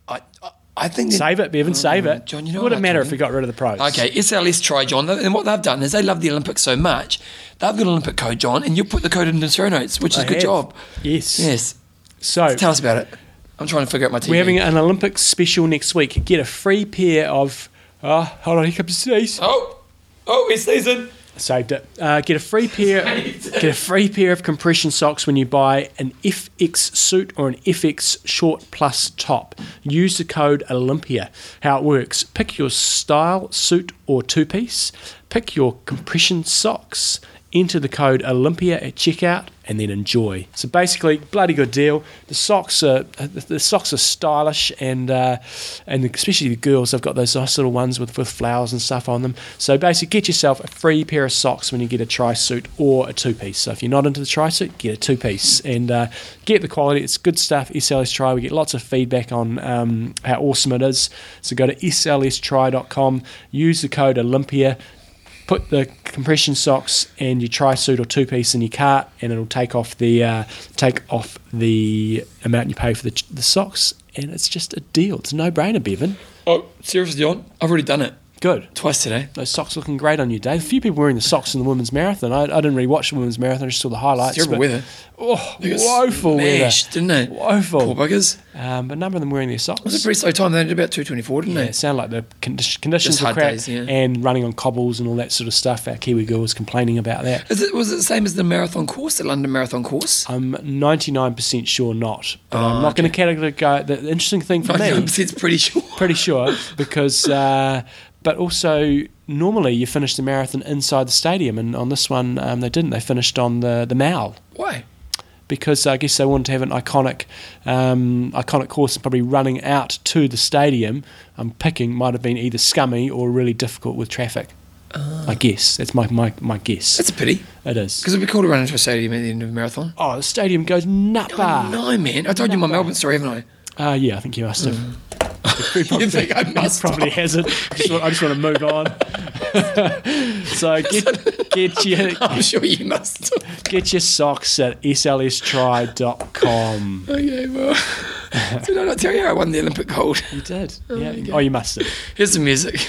S1: I, I- I think that-
S2: Save it, Bevan. Save
S1: Mm,
S2: it.
S1: John, you know
S2: would
S1: what
S2: it
S1: I
S2: matter if
S1: think?
S2: we got rid of the pros?
S1: Okay, SLS try, John. And what they've done is they love the Olympics so much, they've got an Olympic code, John, and you put the code in the show notes, which is
S2: I
S1: a good
S2: have.
S1: job.
S2: Yes.
S1: Yes.
S2: So
S1: Tell us about it. I'm trying to figure out my TV.
S2: We're having an Olympic special next week. Get a free pair of. Oh, hold on, here comes Denise.
S1: oh, oh, it's season.
S2: Saved it. Uh, get a free pair. get a free pair of compression socks when you buy an FX suit or an FX short plus top. Use the code Olympia. How it works: pick your style, suit, or two-piece. Pick your compression socks. Enter the code Olympia at checkout and then enjoy. So basically, bloody good deal. The socks are the the socks are stylish and uh, and especially the girls have got those nice little ones with, with flowers and stuff on them. So basically, get yourself a free pair of socks when you get a tri suit or a two piece. So if you're not into the tri suit, get a two piece and uh, get the quality. It's good stuff. SLS Try. We get lots of feedback on um, how awesome it is. So go to slstry.com. Use the code Olympia put the compression socks and your tri suit or two piece in your cart, and it'll take off the uh, take off the amount you pay for the, the socks, and it's just a deal. It's a no brainer, Bevan.
S1: Oh, seriously, John, I've already done it.
S2: Good.
S1: Twice today.
S2: Those socks looking great on you, Dave. A few people wearing the socks in the women's marathon. I, I didn't really watch the women's marathon. I just saw the highlights.
S1: Terrible
S2: but-
S1: weather.
S2: Oh,
S1: They got
S2: woeful weather.
S1: smashed, didn't they? Poor
S2: Woeful.
S1: buggers.
S2: Um, but a number of them wearing their socks.
S1: It was a pretty slow time. They did about 224, didn't
S2: Yeah,
S1: they?
S2: it sounded like the condi- conditions
S1: Just
S2: were
S1: hard
S2: crap
S1: days, yeah.
S2: and running on cobbles and all that sort of stuff. Our Kiwi girl was complaining about that.
S1: Is it, was it the same as the marathon course, the London marathon course?
S2: I'm 99% sure not. But
S1: Oh,
S2: I'm not going to categorize. The the interesting thing for me,
S1: 99% pretty sure.
S2: pretty sure, because, uh, but also normally you finish the marathon inside the stadium, and on this one um, they didn't. They finished on the the Mall.
S1: Why?
S2: because I guess they wanted to have an iconic, um, iconic course and probably running out to the stadium. I'm picking might have been either scummy or really difficult with traffic. I guess that's my my, my guess.
S1: That's a pity.
S2: it is.
S1: Because it'd be cool to run into a stadium at the end of a marathon.
S2: Oh, the stadium goes
S1: I
S2: nutbar.
S1: know, man. I told you my Melbourne story, haven't I?
S2: Uh, yeah, I think you must have.
S1: you think I must?
S2: Probably hasn't. I just want, I just want to move on. so get get your
S1: I'm sure you must.
S2: get your socks at slstry.com.
S1: okay, well. Did I not tell you I won the Olympic gold?
S2: You did. yeah.
S1: there you go.
S2: Oh, you must have.
S1: Here's the music.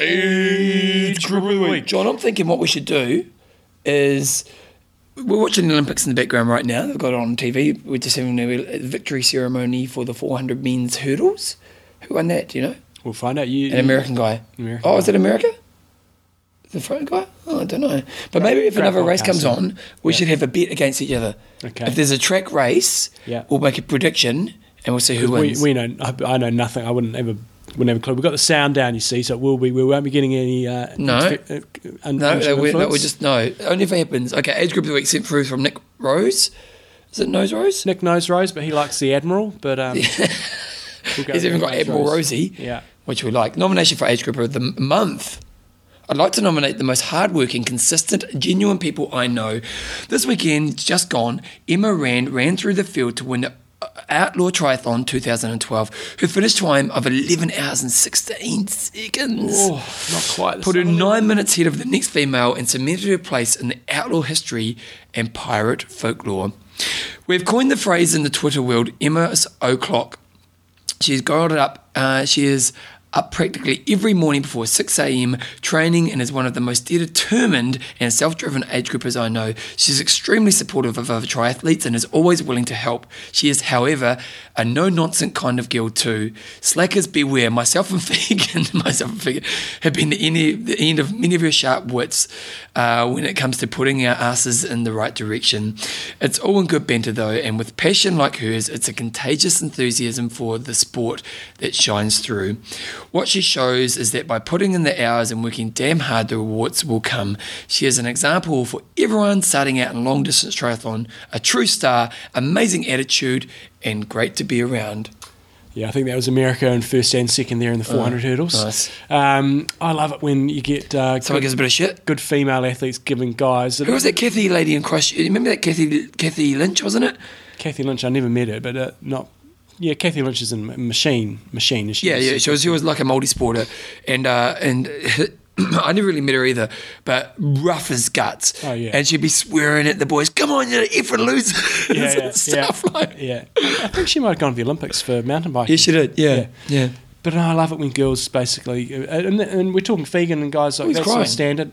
S1: Age group of the week. John, I'm thinking what we should do is we're watching the Olympics in the background right now. They've got it on TV. We're just having a victory ceremony for the 400 men's hurdles. Who won that? Do you know?
S2: We'll find out. You
S1: An American guy.
S2: American
S1: oh, is it America? The front guy? Oh, I don't know. But maybe if
S2: Grab
S1: another race
S2: podcast,
S1: comes
S2: yeah.
S1: on, we
S2: Yeah.
S1: should have a bet against each other.
S2: Okay.
S1: If there's a track race,
S2: Yeah.
S1: we'll make a prediction and we'll see who
S2: we,
S1: wins.
S2: we know. I, I know nothing. I wouldn't ever. Wouldn't have a clue. We've got the sound down, you see, so we'll be, we won't be getting any. Uh,
S1: No.
S2: interfe- uh, un-
S1: no,
S2: unusual
S1: that we, that we
S2: influence.
S1: just no. Only if it happens. Okay, age group of the week sent through from Nick Rose. Is it Nose Rose?
S2: Nick knows Rose, but he likes the Admiral. But um, we'll go
S1: He's
S2: with
S1: even
S2: Nick
S1: got
S2: knows
S1: Admiral Rosie,
S2: Yeah.
S1: which we like. Nomination for age group of the m- month. I'd like to nominate the most hardworking, consistent, genuine people I know. This weekend, just gone, Emma Rand ran through the field to win the uh, Outlaw Triathlon 2012. Her finish time of 11 hours and 16 seconds
S2: Oh, not quite. the
S1: put her
S2: same.
S1: nine minutes ahead of the next female and cemented her place in the outlaw history and pirate folklore. We've coined the phrase in the Twitter world, Emma's O'Clock. She's got it up. Uh, she is up practically every morning before 6 a.m. training and is one of the most determined and self-driven age groupers I know. She's extremely supportive of other triathletes and is always willing to help. She is, however, a no-nonsense kind of girl too. Slackers beware. Myself and Fegan, myself and Fegan, have been the end, the end of many of her sharp wits uh, when it comes to putting our asses in the right direction. It's all in good banter though, and with passion like hers, it's a contagious enthusiasm for the sport that shines through. What she shows is that by putting in the hours and working damn hard, the rewards will come. She is an example for everyone starting out in long distance triathlon, a true star, amazing attitude, and great to be around.
S2: Yeah, I think that was America in first and second there in the 400 hurdles.
S1: Oh, nice.
S2: Um, I love it when you get uh,
S1: Someone
S2: good,
S1: gives a bit of shit.
S2: good female athletes giving guys.
S1: Who was that Kathy lady in Christ? you Remember that Kathy Kathy Lynch, wasn't it?
S2: Kathy Lynch, I never met her, but uh, not. Yeah, Kathy Lynch is in Machine. Machine, is she?
S1: Yeah, yeah. She was she was like a multi-sporter, and uh, and I never really met her either, but rough as guts.
S2: Oh, yeah.
S1: And she'd be swearing at the boys, "Come on, you effing losers!"
S2: yeah,
S1: and
S2: yeah,
S1: stuff
S2: yeah,
S1: like.
S2: yeah. I think she might have gone to the Olympics for mountain biking.
S1: Yeah, she did. Yeah, yeah.
S2: But no, I love it when girls basically, uh, and, and we're talking vegan and guys like
S1: Who's
S2: that sort of
S1: crying?
S2: standard.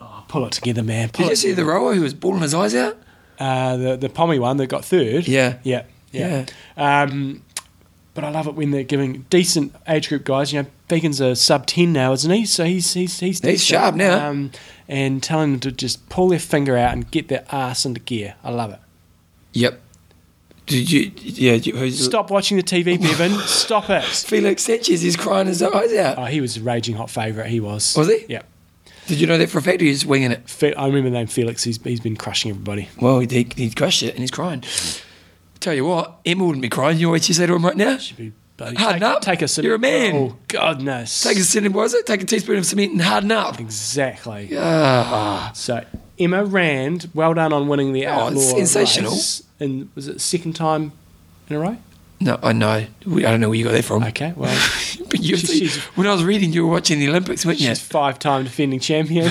S2: Oh, pull it together, man.
S1: Did
S2: Pull it
S1: you see the
S2: together.
S1: rower who was bawling his eyes out?
S2: uh, the the Pommy one that got third?
S1: Yeah.
S2: yeah, yeah. Um, but I love it when they're giving decent age group guys. You know, Vegan's a sub ten now, isn't he? So he's he's
S1: He's
S2: he's, decent.
S1: sharp now.
S2: Um, and telling them to just pull their finger out and get their ass into gear. I love it.
S1: Yep. Did you? Yeah. Did you, who's
S2: Stop watching the TV, Bevan. Stop it.
S1: Felix Sanchez is crying his eyes out.
S2: Oh, he was a raging hot favourite. He was.
S1: Was he?
S2: Yeah.
S1: Did you know that for a fact? Or you're just winging it.
S2: Fe- I remember the name Felix. He's, he's been crushing everybody.
S1: Well, he he crushed it, and he's crying. Tell you what, Emma wouldn't be crying. You know what she said to him right now?
S2: Should be bloody.
S1: Harden
S2: take,
S1: up.
S2: Take us. in-
S1: You're a man.
S2: Oh God, no. S-
S1: Take a cement, was it? Take a teaspoon of cement and harden up.
S2: Exactly.
S1: Ah,
S2: So Emma Rand, well done on winning the
S1: Oh,
S2: outlaw.
S1: it's sensational.
S2: race. And was it second time in a row?
S1: no, I know. We, I don't know where you got that from.
S2: Okay. Well,
S1: but you,
S2: she's- she's-
S1: when I was reading, you were watching the Olympics, weren't you?
S2: she's five-time defending champion.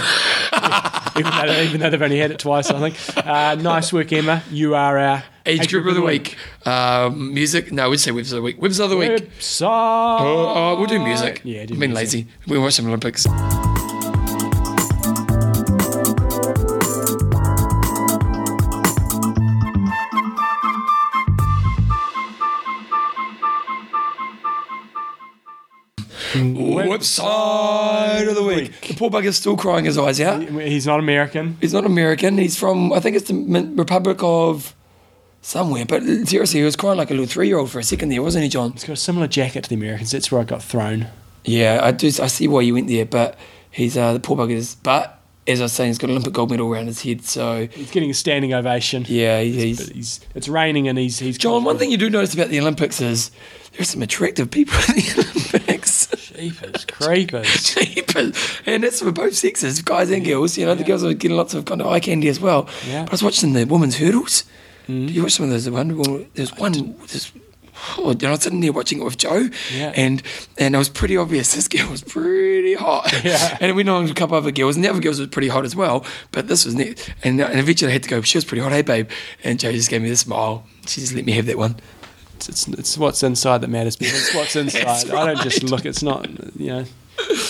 S2: even, though, even though they've only had it twice, I think. Uh, nice work, Emma. You are our
S1: Age group of the week. Uh, music. No, we'd say webs of the week. Webs of the week.
S2: Website.
S1: Oh, oh, we'll do music.
S2: Yeah, do
S1: I've been
S2: music.
S1: lazy. We watch some Olympics. Website of the week. The poor bugger's still crying his eyes out.
S2: He's not American.
S1: He's not American. He's from, I think it's the Min- Republic of somewhere. But seriously, he was crying like a little three year old for a second there, wasn't he, John?
S2: He's got a similar jacket to the Americans. That's where I got thrown.
S1: Yeah, I do. I see why you went there, but he's uh, the poor bugger's. But as I was saying, he's got an Olympic gold medal around his head. So
S2: He's getting a standing ovation.
S1: yeah, he-
S2: But
S1: he's
S2: he's, it's raining and he's he's
S1: John. One thing you do notice about the Olympics is there's some attractive people in the Olympics.
S2: Jeepers, creepers.
S1: Jeepers. And that's for both sexes, guys and girls. You know, the girls are getting lots of kind of eye candy as well.
S2: Yeah. Mm.
S1: But I was watching the women's hurdles. Did you watch some of those? The One, well, there's one. There's, oh, and I was sitting there watching it with Joe,
S2: Yeah.
S1: and and it was pretty obvious. This girl was pretty hot,
S2: Yeah.
S1: and we know a couple other girls, and the other girls were pretty hot as well. But this was neat, and, and eventually I had to go. She was pretty hot, hey babe. And Joe just gave me the smile. She just let me have that one.
S2: It's, it's, it's what's inside that matters, people. It's what's inside. I don't just look. It's not, you know.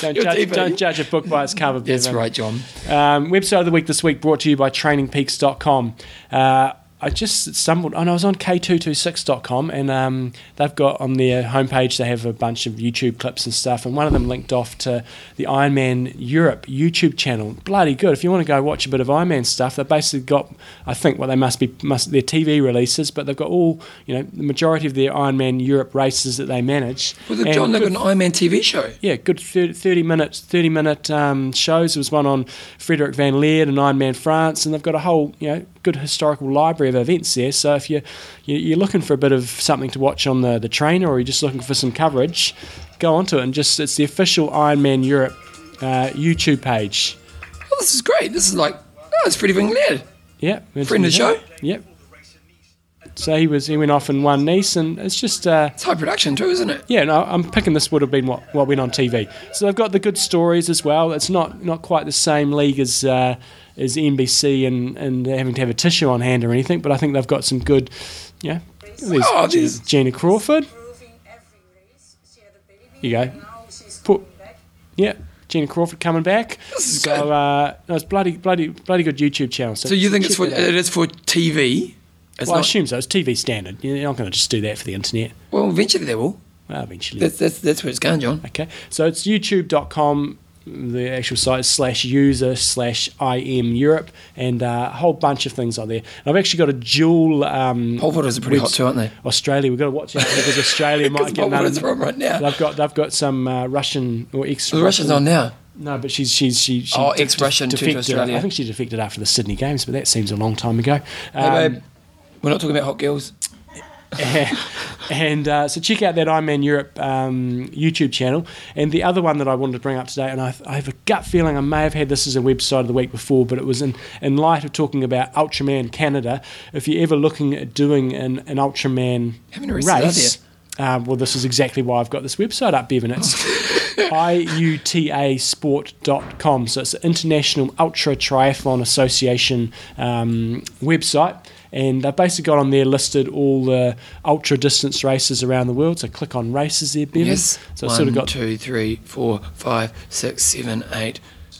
S2: Don't
S1: You're
S2: judge,
S1: deep,
S2: don't
S1: mate.
S2: judge a book by its cover.
S1: That's
S2: people.
S1: right, John.
S2: Um, website of the week this week brought to you by trainingpeaks.com. Uh, I just stumbled on, I was on k226.com and um, they've got on their homepage, they have a bunch of YouTube clips and stuff. And one of them linked off to the Ironman Europe YouTube channel. Bloody good. If you want to go watch a bit of Ironman stuff, they've basically got, I think, what they must be, must their TV releases, but they've got all, you know, the majority of their Ironman Europe races that they manage.
S1: Well, the
S2: And
S1: John, they
S2: good
S1: got an Ironman TV show.
S2: yeah, good 30, 30 minute 30 minute um, shows. There was one on Frederick Van Leer and Iron Man France, and they've got a whole you know good historical library of events there. So if you, you you're looking for a bit of something to watch on the the trainer, or you're just looking for some coverage, go onto it and just it's the official Iron Man Europe uh, YouTube page.
S1: Oh, this is great. This is like, oh, it's pretty Wing Lad.
S2: Yeah,
S1: Friend of the show?
S2: Yep. So he was he went off and won Nice, and it's just. Uh,
S1: It's high production too, isn't it?
S2: Yeah, no, I'm picking this would have been what, what went on TV. So they've got the good stories as well. It's not not quite the same league as uh, as NBC and, and having to have a tissue on hand or anything, but I think they've got some good, yeah. There's
S1: Oh,
S2: G-
S1: there's-
S2: Gina Crawford.
S3: You go.
S2: Put- Yeah, Gina Crawford coming back.
S1: This is good.
S2: So uh, no, it's bloody bloody bloody good YouTube channel. So,
S1: So you think it's
S2: check
S1: for
S2: that out.
S1: it is for TV? It's
S2: Well, I
S1: not-
S2: assume so. It's TV standard. You're not going to just do that for the internet.
S1: well, eventually they will.
S2: Well, eventually.
S1: That's that's that's where it's going, John.
S2: Okay, so it's youtube.com, the actual site is slash user slash IM Europe, and uh, a whole bunch of things on there. And I've actually got a dual. Um,
S1: Pole vaulters are pretty hot
S2: webs-
S1: too, aren't they?
S2: Australia, we've got to watch out because Australia might
S1: Because
S2: get
S1: pole
S2: another.
S1: vaulters are on right now.
S2: They've got they've got some uh, Russian or ex.
S1: So the Russians on now.
S2: No, but she's she's she. she
S1: Oh,
S2: de-
S1: ex-Russian turned to
S2: defected.
S1: Australia.
S2: I think she defected after the Sydney Games, but that seems a long time ago.
S1: hey
S2: Um,
S1: babe, we're not talking about hot girls.
S2: and uh, so check out that Ironman Europe um, YouTube channel. And the other one that I wanted to bring up today, and I, I have a gut feeling I may have had this as a website of the week before, but it was in, in light of talking about Ultraman Canada. If you're ever looking at doing an, an Ultraman
S1: Haven't researched
S2: race, um, well, this is exactly why I've got this website up, Bevan. It's iutasport.com. So it's the International Ultra Triathlon Association um, website. And they've basically got on there listed all the ultra distance races around the world. So click on races there, Bevan.
S1: Yes.
S2: So it's
S1: One,
S2: sort of got
S1: two, three, four, five, six, seven, eight,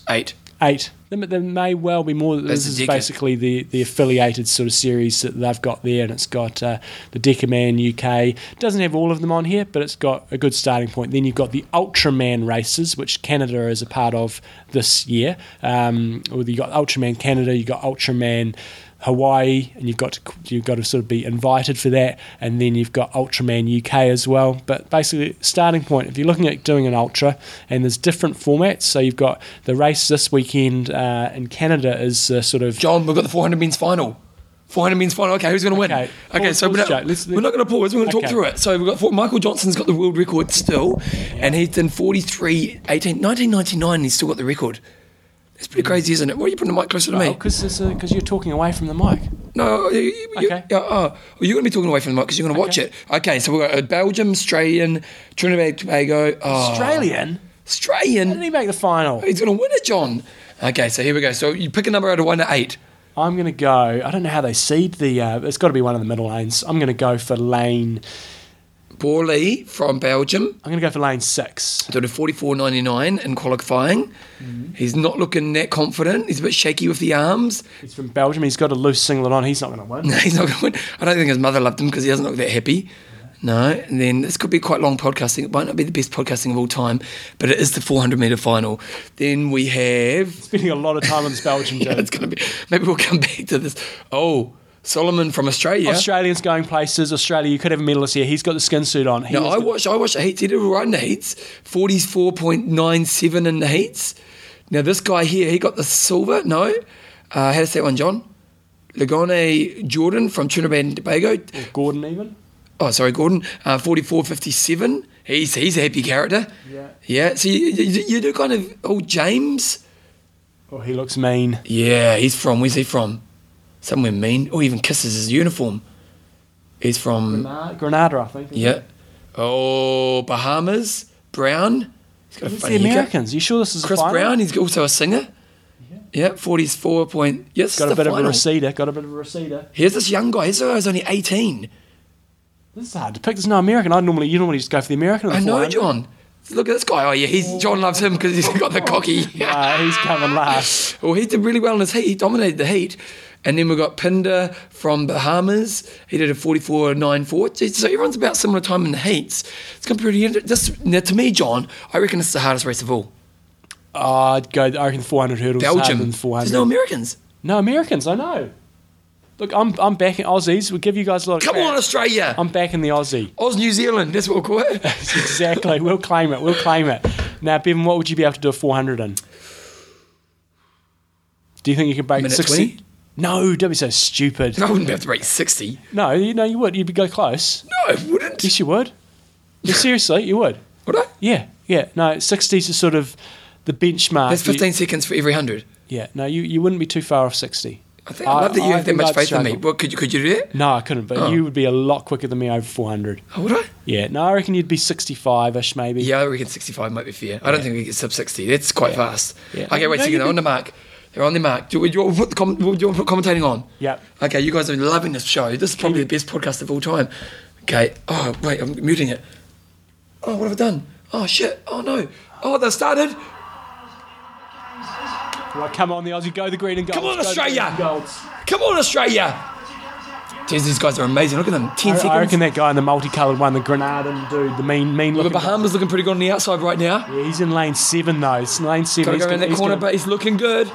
S1: eight.
S2: eight. There, there may well be more.
S1: That's
S2: This
S1: the
S2: is
S1: Deca.
S2: basically the, the affiliated sort of series that they've got there, and it's got uh, the Decaman UK. doesn't have all of them on here, but it's got a good starting point. Then you've got the Ultraman races, which Canada is a part of this year. Um, or you've got Ultraman Canada, you've got Ultraman. Hawaii, and you've got to you've got to sort of be invited for that, and then you've got Ultraman UK as well. But basically, starting point if you're looking at doing an ultra, and there's different formats. So you've got the race this weekend uh, in Canada is uh, sort of
S1: John, we've got the 400 men's final. 400 men's final. Okay, who's going to win?
S2: Okay,
S1: Okay,
S2: pause-
S1: so we're
S2: pause,
S1: not,
S2: Jake. Let's-
S1: we're not going to pause. We're going to
S2: Okay.
S1: talk through it. So we've got four, Michael Johnson's got the world record still, and he's done 43, 18, 1999. He's still got the record. That's pretty
S2: Hmm.
S1: crazy, isn't it? Why are you putting the mic closer to
S2: Oh,
S1: me?
S2: because you're talking away from the mic.
S1: No, you, you,
S2: Okay.
S1: yeah, oh, well, you're going to be talking away from the mic because you're going to watch
S2: Okay.
S1: it. Okay, so we've got a Belgium, Australian, Trinidad, Tobago. oh,
S2: Australian,
S1: Australian.
S2: did he make the final?
S1: He's going to win it, John. Okay, so here we go. So you pick a number out of one to eight.
S2: I'm going to go. I don't know how they seed the. Uh, it's got to be one of the middle lanes. I'm going to go for lane.
S1: Borley from Belgium
S2: I'm going to go for lane six.
S1: sort of 44.99 in qualifying. He's not looking that confident. He's a bit shaky with the arms.
S2: He's from Belgium. He's got a loose singlet on. He's not going to win.
S1: No, he's not going. I don't think his mother loved him because he doesn't look that happy. No, and then this could be quite long podcasting. It might not be the best podcasting of all time, but it is the 400 meter final. Then we have.
S2: Spending a lot of time on this Belgian
S1: Yeah,
S2: dude.
S1: it's going to be. Maybe we'll come back to this. Oh, Solomon from Australia.
S2: Australians going places. Australia, you could have a medalist here. He's got the skin suit on. He
S1: No,
S2: is
S1: I
S2: the-
S1: watched. I watched the heats. He did all right in the heats. Forty-four point nine seven in the heats. Now this guy here, he got the silver. No, uh, how to say that one, John? Lagone Jordan from Trinidad and Tobago.
S2: Gordon even.
S1: Oh, sorry, Gordon. Uh, Forty-four fifty-seven. He's he's a happy character.
S2: Yeah.
S1: Yeah. So you, you, you do kind of oh James.
S2: Oh, he looks mean.
S1: Yeah, he's from. Where's he from? Somewhere mean. Or even kisses his uniform. He's from.
S2: Grenada, Grenada I think.
S1: Yeah. Oh, Bahamas. Brown. He's got a
S2: It's
S1: funny
S2: the
S1: haircut.
S2: Americans. You sure this is a
S1: Chris
S2: final?
S1: Brown. He's also a singer. Yeah, forty-four point. Yes,
S2: Got a
S1: the
S2: bit of a
S1: final.
S2: receiver. Got a bit of a receiver.
S1: Here's this young guy. This guy's only eighteen.
S2: This is hard to pick. There's no American. I normally you normally just go for the American. at
S1: I know,
S2: 400.
S1: John. Look at this guy. Oh yeah, he's John loves him because he's got the cocky.
S2: Uh, he's coming last.
S1: well, he did really well in his heat. He dominated the heat. And then we got Pinder from Bahamas. He did a 44.94. Geez, So everyone's about similar time in the heats. It's going to be pretty interesting. This, now, to me, John, I reckon it's the hardest race of all.
S2: Oh, I'd go. I reckon 400 hurdles. harder
S1: Belgium.
S2: Than 400.
S1: There's no Americans.
S2: No Americans, I know. Look, I'm I'm backing Aussies. We'll give you guys a lot of
S1: Come
S2: crap.
S1: on, Australia.
S2: I'm backing the Aussie.
S1: Oz New Zealand. That's what we'll call it.
S2: Exactly. we'll claim it. We'll claim it. Now, Bevan, what would you be able to do a 400 in? Do you think you could break
S1: Minute
S2: 60?
S1: 20?
S2: No, don't be so stupid.
S1: I wouldn't be able to rate 60.
S2: No, you know you would. You'd go close.
S1: No, I wouldn't.
S2: Yes, you would. Yeah, seriously, you would.
S1: Would I?
S2: Yeah, yeah. No, 60s is sort of the benchmark.
S1: That's
S2: You-
S1: 15 seconds for every 100.
S2: yeah, no, you, you wouldn't be too far off 60.
S1: I think I, love that you have that
S2: think
S1: much
S2: I'd
S1: faith in me.
S2: struggle.
S1: What, could, you, could you do that?
S2: No, I couldn't, but
S1: Oh.
S2: you would be a lot quicker than me over 400.
S1: Oh, would I?
S2: Yeah, no, I reckon you'd be 65 ish maybe.
S1: Yeah, I reckon 65 might be fair. I don't think we get sub 60. That's quite fast.
S2: Yeah.
S1: Okay, wait
S2: No,
S1: a
S2: you
S1: second. They're on the mark. They're on the mark. Do, we- do you want to put, the com- do you want to put commentating on?
S2: Yep.
S1: Okay, you guys are loving this show. This is probably the best podcast of all time. Okay. Oh, wait, I'm muting it. Oh, what have I done? Oh, shit. Oh, no. Oh, they've started.
S2: Well, come on, the Aussie, go the green and gold.
S1: Come on, Australia.
S2: Golds.
S1: Come on, Australia. Jeez, these guys are amazing. Look at them. 10
S2: I,
S1: seconds.
S2: I reckon that guy in the multicoloured one, the Grenadan dude, the mean, mean
S1: Well, the
S2: looking.
S1: Bahamas looking pretty good on the outside right now.
S2: Yeah, he's in lane seven though. It's in lane seven.
S1: Gotta
S2: He's
S1: go around
S2: gonna-
S1: that
S2: he's
S1: corner,
S2: gonna-
S1: but he's looking good.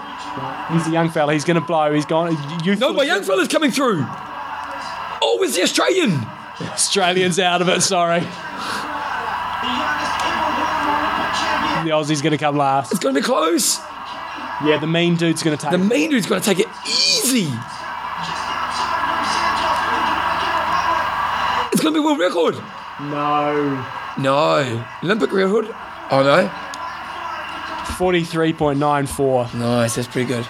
S2: He's a young fella. He's going to blow. He's gone. You
S1: No, my young fella's coming through. Oh, it's the Australian.
S2: Australians out of it. Sorry. The Aussie's going to come last.
S1: It's going to be close.
S2: Yeah, the mean dude's going to take.
S1: The main dude's going to take it easy. It's going to be world record.
S2: no.
S1: No. Olympic record. Oh, no.
S2: Forty-three point nine four.
S1: Nice. That's pretty good.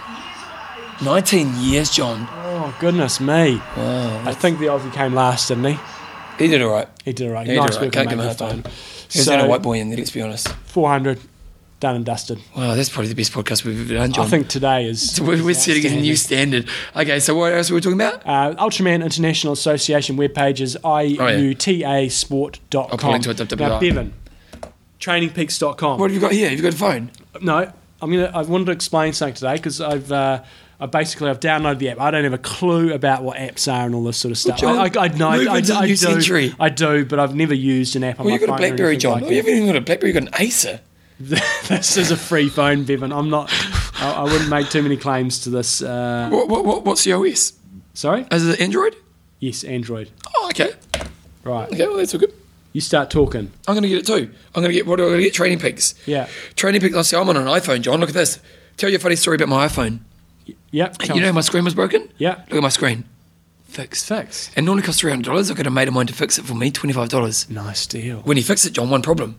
S1: 19 years, John.
S2: Oh goodness me! I think the Aussie came last, didn't he?
S1: He did all right.
S2: He did right.
S1: He did
S2: nice
S1: all right.
S2: work.
S1: Can't
S2: on
S1: give him
S2: that
S1: a hard
S2: time.
S1: He was the only
S2: So
S1: white boy in there, let's be honest.
S2: four hundred, done and dusted.
S1: Wow, that's probably the best podcast we've ever done, John.
S2: I think today is.
S1: we're, we're setting a new standard. Okay, so what else were we talking about?
S2: Uh, Ultraman International Association webpage is
S1: Oh, I'll put a
S2: iutasport.com.
S1: link to it,
S2: now,
S1: WWI.
S2: Bevan, trainingpeaks.com.
S1: What have you got here? You've got a phone.
S2: No, I'm gonna. I wanted to explain something today because I've. Uh, I basically I've downloaded the app. I don't have a clue about what apps are and all this sort of stuff.
S1: John,
S2: I, I, I know.
S1: move
S2: I,
S1: into the
S2: I
S1: new
S2: do,
S1: century.
S2: I do, but I've never used an app on
S1: Well,
S2: my
S1: you've got a
S2: phone or
S1: BlackBerry,
S2: anything
S1: John.
S2: like
S1: oh, you haven't even got a BlackBerry. You've got an Acer.
S2: that. this is a free phone, Bevan. I'm not. I, I wouldn't make too many claims to this. Uh,
S1: What, what, what, what's the OS?
S2: sorry.
S1: Is it Android?
S2: Yes, Android.
S1: Oh, okay.
S2: Right.
S1: Okay, well, that's all good.
S2: You start talking.
S1: I'm going to get it too. I'm going to get, what do I get? Training Peaks.
S2: Yeah.
S1: Training Peaks. I say, I'm on an iPhone, John. Look at this. Tell you a funny story about my iPhone.
S2: Yep.
S1: You know how my screen was broken?
S2: Yeah.
S1: Look at my screen. Fixed.
S2: Fixed.
S1: And normally costs $300. I could have made a mine to fix it for me, $25.
S2: Nice deal.
S1: When he fixed it, John, one problem.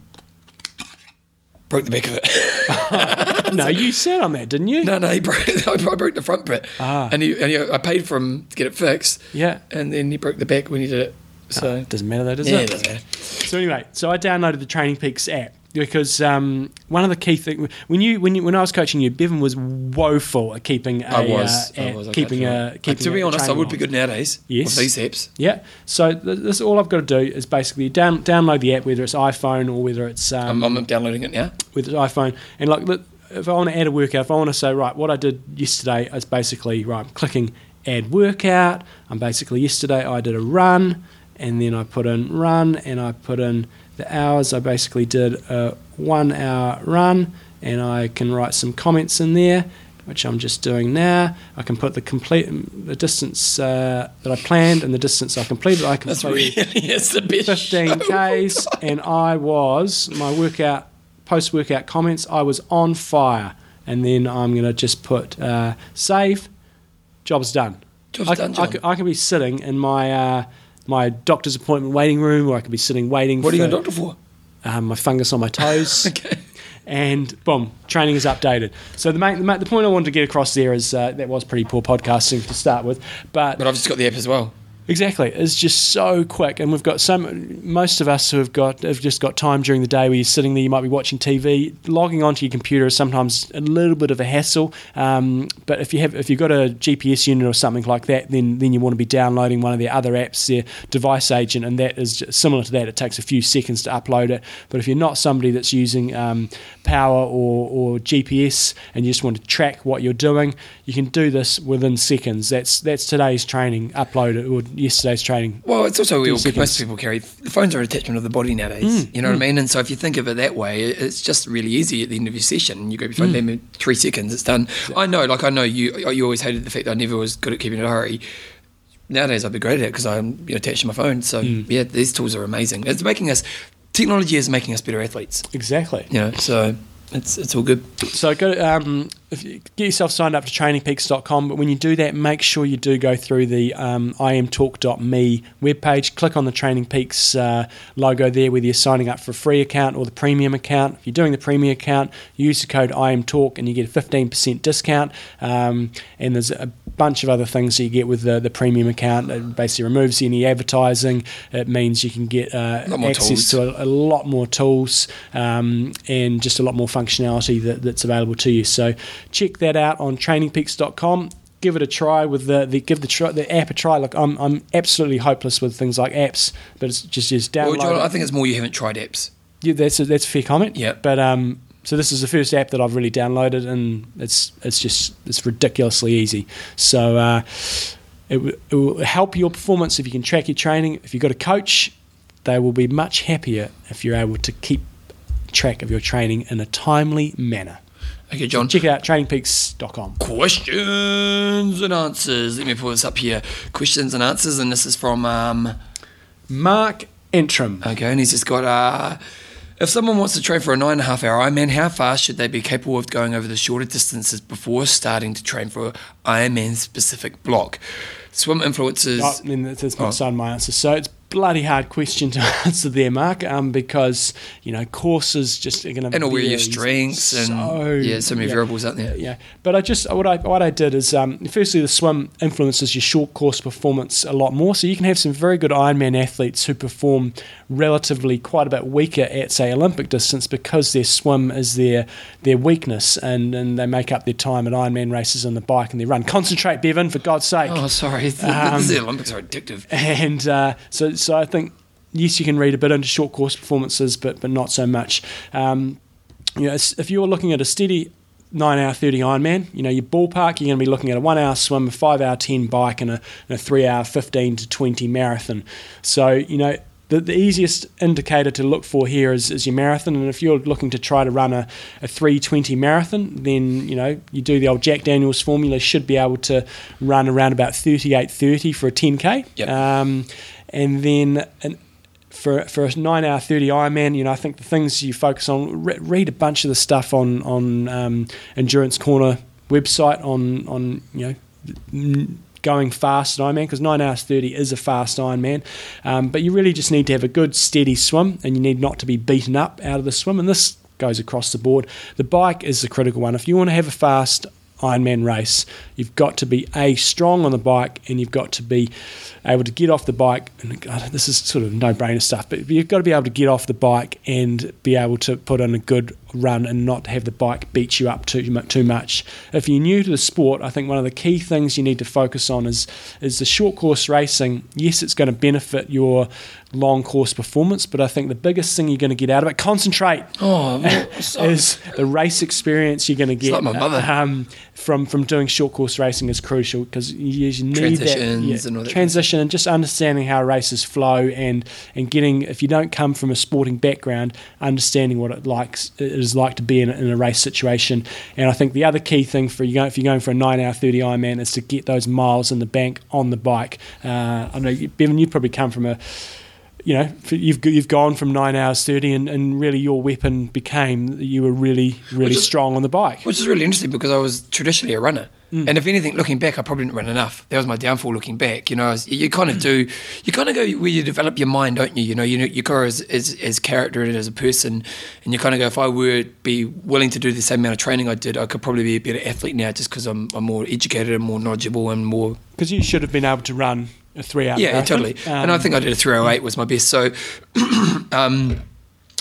S1: Broke the back of it.
S2: No, you sat on that, didn't you?
S1: No, no, he broke, I broke the front bit.
S2: Ah.
S1: And, he, and he, I paid for him to get it fixed.
S2: Yeah. Ah,
S1: And then he broke the back when he did it. So,
S2: Doesn't matter though, does
S1: yeah,
S2: it?
S1: it doesn't matter.
S2: So anyway, so I downloaded the Training Peaks app, because um, one of the key things when you when you, when I was coaching you, Bevan was woeful at keeping a,
S1: I was.
S2: uh,
S1: I
S2: at
S1: was. I
S2: keeping
S1: got
S2: a
S1: Like,
S2: keeping
S1: to be
S2: a
S1: honest, I
S2: training
S1: would be
S2: line.
S1: good nowadays
S2: Yes.
S1: with these apps.
S2: Yeah. So th- this all I've got to do is basically down, download the app, whether it's iPhone or whether it's um,
S1: I'm, I'm downloading it now.
S2: with the iPhone. And like, look, if I want to add a workout, if I want to say, right, what I did yesterday is basically, right, I'm clicking add workout. I'm basically, yesterday I did a run, and then I put in run, and I put in the hours. I basically did a one hour run, and I can write some comments in there. Which I'm just doing now. I can put the complete the distance uh, that I planned and the distance I completed. I
S1: That's
S2: completed
S1: really it's the best.
S2: 15 Ks, and I was, my workout, post workout comments, I was on fire. And then I'm going to just put uh, save, job's done.
S1: Job's
S2: I,
S1: done,
S2: I,
S1: John.
S2: c- I can be sitting in my. Uh, my doctor's appointment waiting room, or I could be sitting waiting
S1: What are
S2: for
S1: you going to doctor for?
S2: um, my fungus on my toes.
S1: Okay.
S2: And boom, training is updated. So the, main, the, main, the point I wanted to get across there is uh, that was pretty poor podcasting to start with, but
S1: But I've just got the app as well.
S2: Exactly, it's just so quick, and we've got some. Most of us who have got have just got time during the day where you're sitting there, you might be watching TV. Logging onto your computer is sometimes a little bit of a hassle, um, but if you have if you've got a GPS unit or something like that, then then you want to be downloading one of their other apps, their device agent, and that is ju- similar to that. It takes a few seconds to upload it, but if you're not somebody that's using um, power or or GPS and you just want to track what you're doing, you can do this within seconds. That's that's today's training uploaded or yesterday's training.
S1: Well, it's also we all,
S2: seconds.
S1: most people carry the phones are an attachment of the body nowadays. you know what I mean? And so if you think of it that way, it- it's just really easy at the end of your session. You grab your phone, bam, in three seconds, it's done. I know, like I know you. You always hated the fact that I never was good at keeping in a hurry. Nowadays, I'd be great at it because I'm you know, attached to my phone. So yeah, these tools are amazing. It's making us technology is making us better athletes.
S2: Exactly.
S1: You know, so it's it's all good.
S2: So go um, if you get yourself signed up to trainingpeaks.com. But when you do that, make sure you do go through the um, iamtalk.me webpage. Click on the Training Peaks uh, logo there, whether you're signing up for a free account or the premium account. If you're doing the premium account, use the code iamtalk and you get a 15% discount. Um, and there's a bunch of other things that you get with the, the premium account. It basically removes any advertising. It means you can get uh,
S1: Lot more
S2: access
S1: tools.
S2: to a, a lot more tools um, and just a lot more functionality that, that's available to you. So check that out on trainingpeaks.com. Give it a try with the, the give the try, the app a try. Look, I'm, I'm absolutely hopeless with things like apps, but it's just just download.
S1: Well, John,
S2: it.
S1: I think it's more you haven't tried apps.
S2: yeah, that's a, that's a fair comment.
S1: Yeah.
S2: but um, so this is the first app that I've really downloaded, and it's it's just it's ridiculously easy. So. Uh, it, w- it will help your performance if you can track your training. If you've got a coach, they will be much happier if you're able to keep track of your training in a timely manner.
S1: Okay, John.
S2: Check it out, trainingpeaks.com.
S1: Questions and answers. Let me pull this up here. Questions and answers, and this is from um,
S2: Mark Entrim.
S1: Okay, and he's just got uh, if someone wants to train for a nine and a half hour Ironman, how fast should they be capable of going over the shorter distances before starting to train for an Ironman specific block? Swim influences.
S2: Oh, I mean, that's, that's
S1: Oh.
S2: not signed my answer. So it's a bloody hard question to answer there, Mark, um, because, you know, courses just are going to
S1: and all your strengths and yeah, so many variables out there.
S2: yeah. But I just what I what I did is um, firstly the swim influences your short course performance a lot more. So you can have some very good Ironman athletes who perform relatively quite a bit weaker at say Olympic distance because their swim is their their weakness and, and they make up their time at Ironman races on the bike and they run. Concentrate, Bevan, for God's sake
S1: Oh, sorry, the Olympics are addictive.
S2: and uh, so so I think yes, you can read a bit into short course performances, but but not so much. Um, you know, s- if you're looking at a steady nine hour thirty Ironman, you know your ballpark, you're going to be looking at a one hour swim, a five hour ten bike, and a, and a three hour fifteen to twenty marathon. So you know. The, the easiest indicator to look for here is, is your marathon, and if you're looking to try to run a, a 320 marathon, then you know you do the old Jack Daniels formula. Should be able to run around about 38:30 for a 10k.
S1: Yep.
S2: Um, and then an, for for a nine hour thirty Ironman, you know, I think the things you focus on. Re- read a bunch of the stuff on on um, Endurance Corner website on on you know. n- Going fast at Ironman because nine hours thirty is a fast Ironman, um, but you really just need to have a good steady swim and you need not to be beaten up out of the swim. And this goes across the board. The bike is the critical one. If you want to have a fast Ironman race. You've got to be a strong on the bike, and you've got to be able to get off the bike. And God, this is sort of no-brainer stuff, but you've got to be able to get off the bike and be able to put in a good run and not have the bike beat you up too mu- too much. If you're new to the sport, I think one of the key things you need to focus on is is the short course racing. Yes, it's going to benefit your long course performance, but I think the biggest thing you're going to get out of it concentrate
S1: Oh, well, so-
S2: is the race experience you're going to get
S1: like my mother.
S2: Um, from from doing short course racing is crucial because you, you need that,
S1: Transitions
S2: yeah,
S1: and all that.
S2: transition and just understanding how races flow and and getting if you don't come from a sporting background understanding what it likes it is like to be in, a- in a race situation and I think the other key thing for you go if you're going for a nine hour thirty Ironman is to get those miles in the bank on the bike uh, I know you- Bevan you probably come from a you know, f- you've g- you've gone from nine hours thirty, and, and really your weapon became that you were really really
S1: is-
S2: strong on the bike.
S1: Which is really interesting because I was traditionally a runner. And if anything, looking back, I probably didn't run enough. That was my downfall looking back. You know, I was- you kind of do, you kind of go where you develop your mind, don't you? You know, you, know, you grow as, as, as character and as a person. And you kind of go, if I were be willing to do the same amount of training I did, I could probably be a better athlete now just because I'm, I'm more educated and more knowledgeable and more
S2: Because you should have been able to run a three hour. Um,
S1: yeah, totally. and I think I did a 308 was my best. So, um,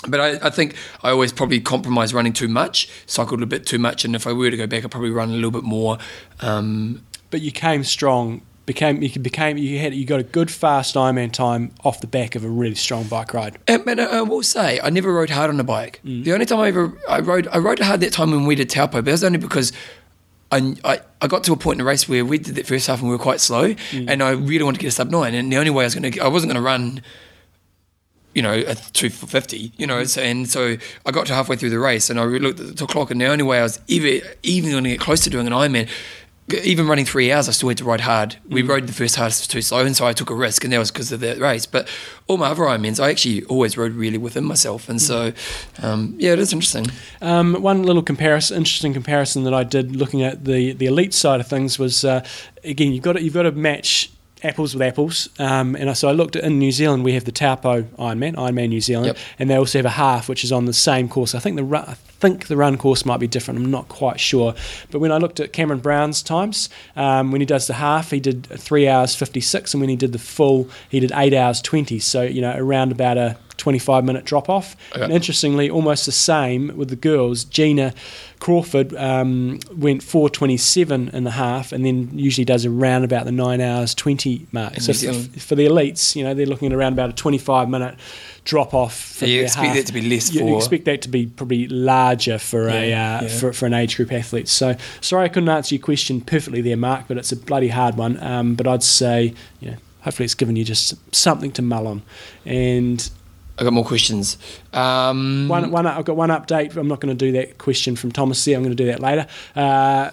S1: but I, I think I always probably compromised running too much, cycled a bit too much, and if I were to go back, I'd probably run a little bit more. Um,
S2: but you came strong. Became you became you had you got a good fast Ironman time off the back of a really strong bike ride.
S1: and, and I, I will say, I never rode hard on a bike. The only time I ever I rode, I rode hard that time when we did Taupo, but that was only because. I, I, I got to a point in the race where we did that first half and we were quite slow, and I really wanted to get a sub nine. And the only way I was going to, I wasn't going to run you know, a two for fifty. You know, so, and so I got to halfway through the race, and I looked at the clock, and the only way I was ever even going to get close to doing an Ironman, g- even running three hours, I still had to ride hard. We rode the first half too slow, and so I took a risk, and that was because of that race. But all my other Ironmans, I actually always rode really within myself, and so um, yeah, it is interesting.
S2: Um, one little comparison, interesting comparison that I did looking at the the elite side of things was uh, again you've got to, you've got to match apples with apples, um, and I- so I looked at in New Zealand we have the Taupo Ironman, Ironman New Zealand,
S1: Yep.
S2: and they also have a half which is on the same course. I think the ru- I think the run course might be different. I'm not quite sure, but when I looked at Cameron Brown's times um, when he does the half, he did three hours fifty six, and when he did the full, he did eight hours twenty. So you know around about a 25 minute drop off.
S1: Okay.
S2: And interestingly, almost the same with the girls. Gina Crawford um, went 4:27 and a half, and then usually does around about the nine hours 20 mark.
S1: In
S2: So
S1: New
S2: f-
S1: Zealand.
S2: for the elites, you know, they're looking at around about a 25 minute drop off. For
S1: Yeah, you
S2: their
S1: expect
S2: half.
S1: that to be less
S2: You
S1: for-
S2: expect that to be probably larger for a
S1: Yeah,
S2: uh,
S1: yeah.
S2: For, for an age group athlete. So sorry I couldn't answer your question perfectly there, Mark, but it's a bloody hard one. Um, but I'd say, you know. Hopefully, it's given you just something to mull on. And
S1: I got more questions. Um,
S2: one, one, I've got one update. I'm not going to do that question from Thomas there. I'm going to do that later. Uh,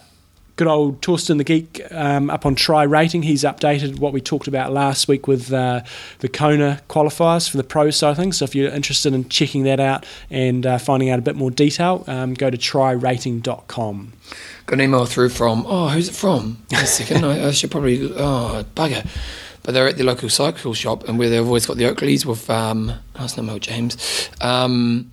S2: good old Torsten the Geek um, up on try rating. He's updated what we talked about last week with uh, the Kona qualifiers for the pro side of things. So if you're interested in checking that out and uh, finding out a bit more detail, um, go to tryrating.com.
S1: got an email through from oh who's it from Wait a second I, I should probably oh bugger but they're at the local cycle shop and where they've always got the Oakleys with um oh, it's not Mel James um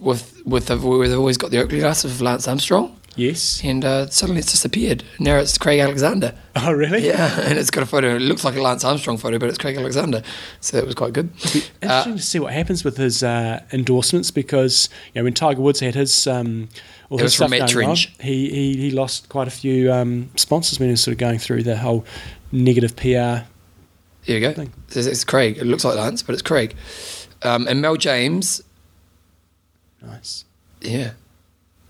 S1: with with the, where they've always got the Oakley glasses with Lance Armstrong
S2: Yes.
S1: and uh, suddenly it's disappeared now it's Craig Alexander
S2: Oh, really?
S1: yeah and it's got a photo it looks like a Lance Armstrong photo but it's Craig Alexander so that was quite good Uh,
S2: Interesting to see what happens with his uh, endorsements because you know when Tiger Woods had his um, all
S1: It
S2: his
S1: was from
S2: stuff
S1: Matt
S2: going on,
S1: Trench.
S2: he, he he lost quite a few um, sponsors when he was sort of going through the whole negative PR.
S1: Here you go.
S2: Thing.
S1: It's, it's Craig. It looks like Lance, but it's Craig. Um, and Mel James
S2: Nice.
S1: Yeah.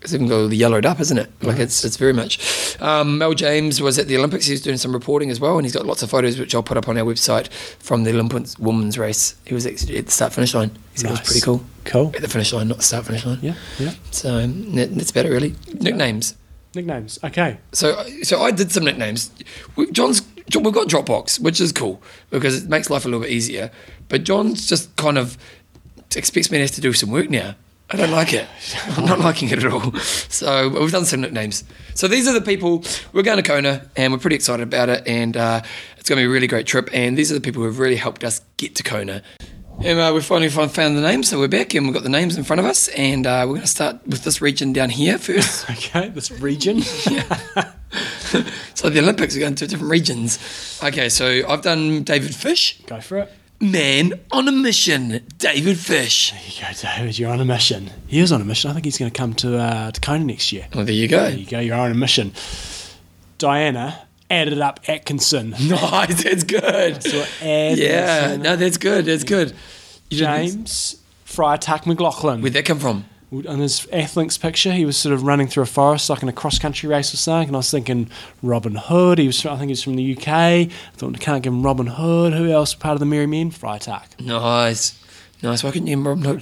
S1: It's even got the yellowed up, isn't it? Like it's it's very much. Um, Mel James was at the Olympics. He was doing some reporting as well, and he's got lots of photos which I'll put up on our website from the Olympics women's race. He was actually at the start finish line. He was
S2: Nice.
S1: pretty cool
S2: Cool.
S1: at the finish line, not the start finish line.
S2: Yeah. Yeah.
S1: So um, that- that's about it, really. Nicknames.
S2: Nicknames. Okay.
S1: So so I did some nicknames. We, John's Jo- we've got Dropbox, which is cool because it makes life a little bit easier. But John's just kind of expects me to have to do some work now. I don't like it. I'm not liking it at all. So we've done some nicknames. So these are the people we're going to Kona, and we're pretty excited about it. And uh, it's going to be a really great trip. And these are the people who have really helped us get to Kona. And uh, we finally fin- found the names, so we're back and we've got the names in front of us. And uh, we're going to start with this region down here first.
S2: Okay, this region.
S1: so the Olympics are going to different regions. Okay, so I've done David Fish,
S2: Go for it.
S1: man on a mission. David Fish.
S2: There you go, David. You're on a mission. He is on a mission. I think he's going to come to uh, to Kona next year.
S1: Well, Oh, there you go.
S2: There you go. You're on a mission. Diana added up Atkinson.
S1: Nice, that's good.
S2: So add
S1: Yeah,
S2: Atkinson.
S1: no, that's good. That's good. You didn't-
S2: James Friar Tuck McLaughlin.
S1: Where'd that come from?
S2: on his Athlinks picture, he was sort of running through a forest, like in a cross country race or something. And I was thinking Robin Hood. He was, I think, he was from the UK. I thought, can't give him Robin Hood. Who else? Part of the Merry Men. Friar Tuck.
S1: Nice. Nice. Why couldn't you remember? Robin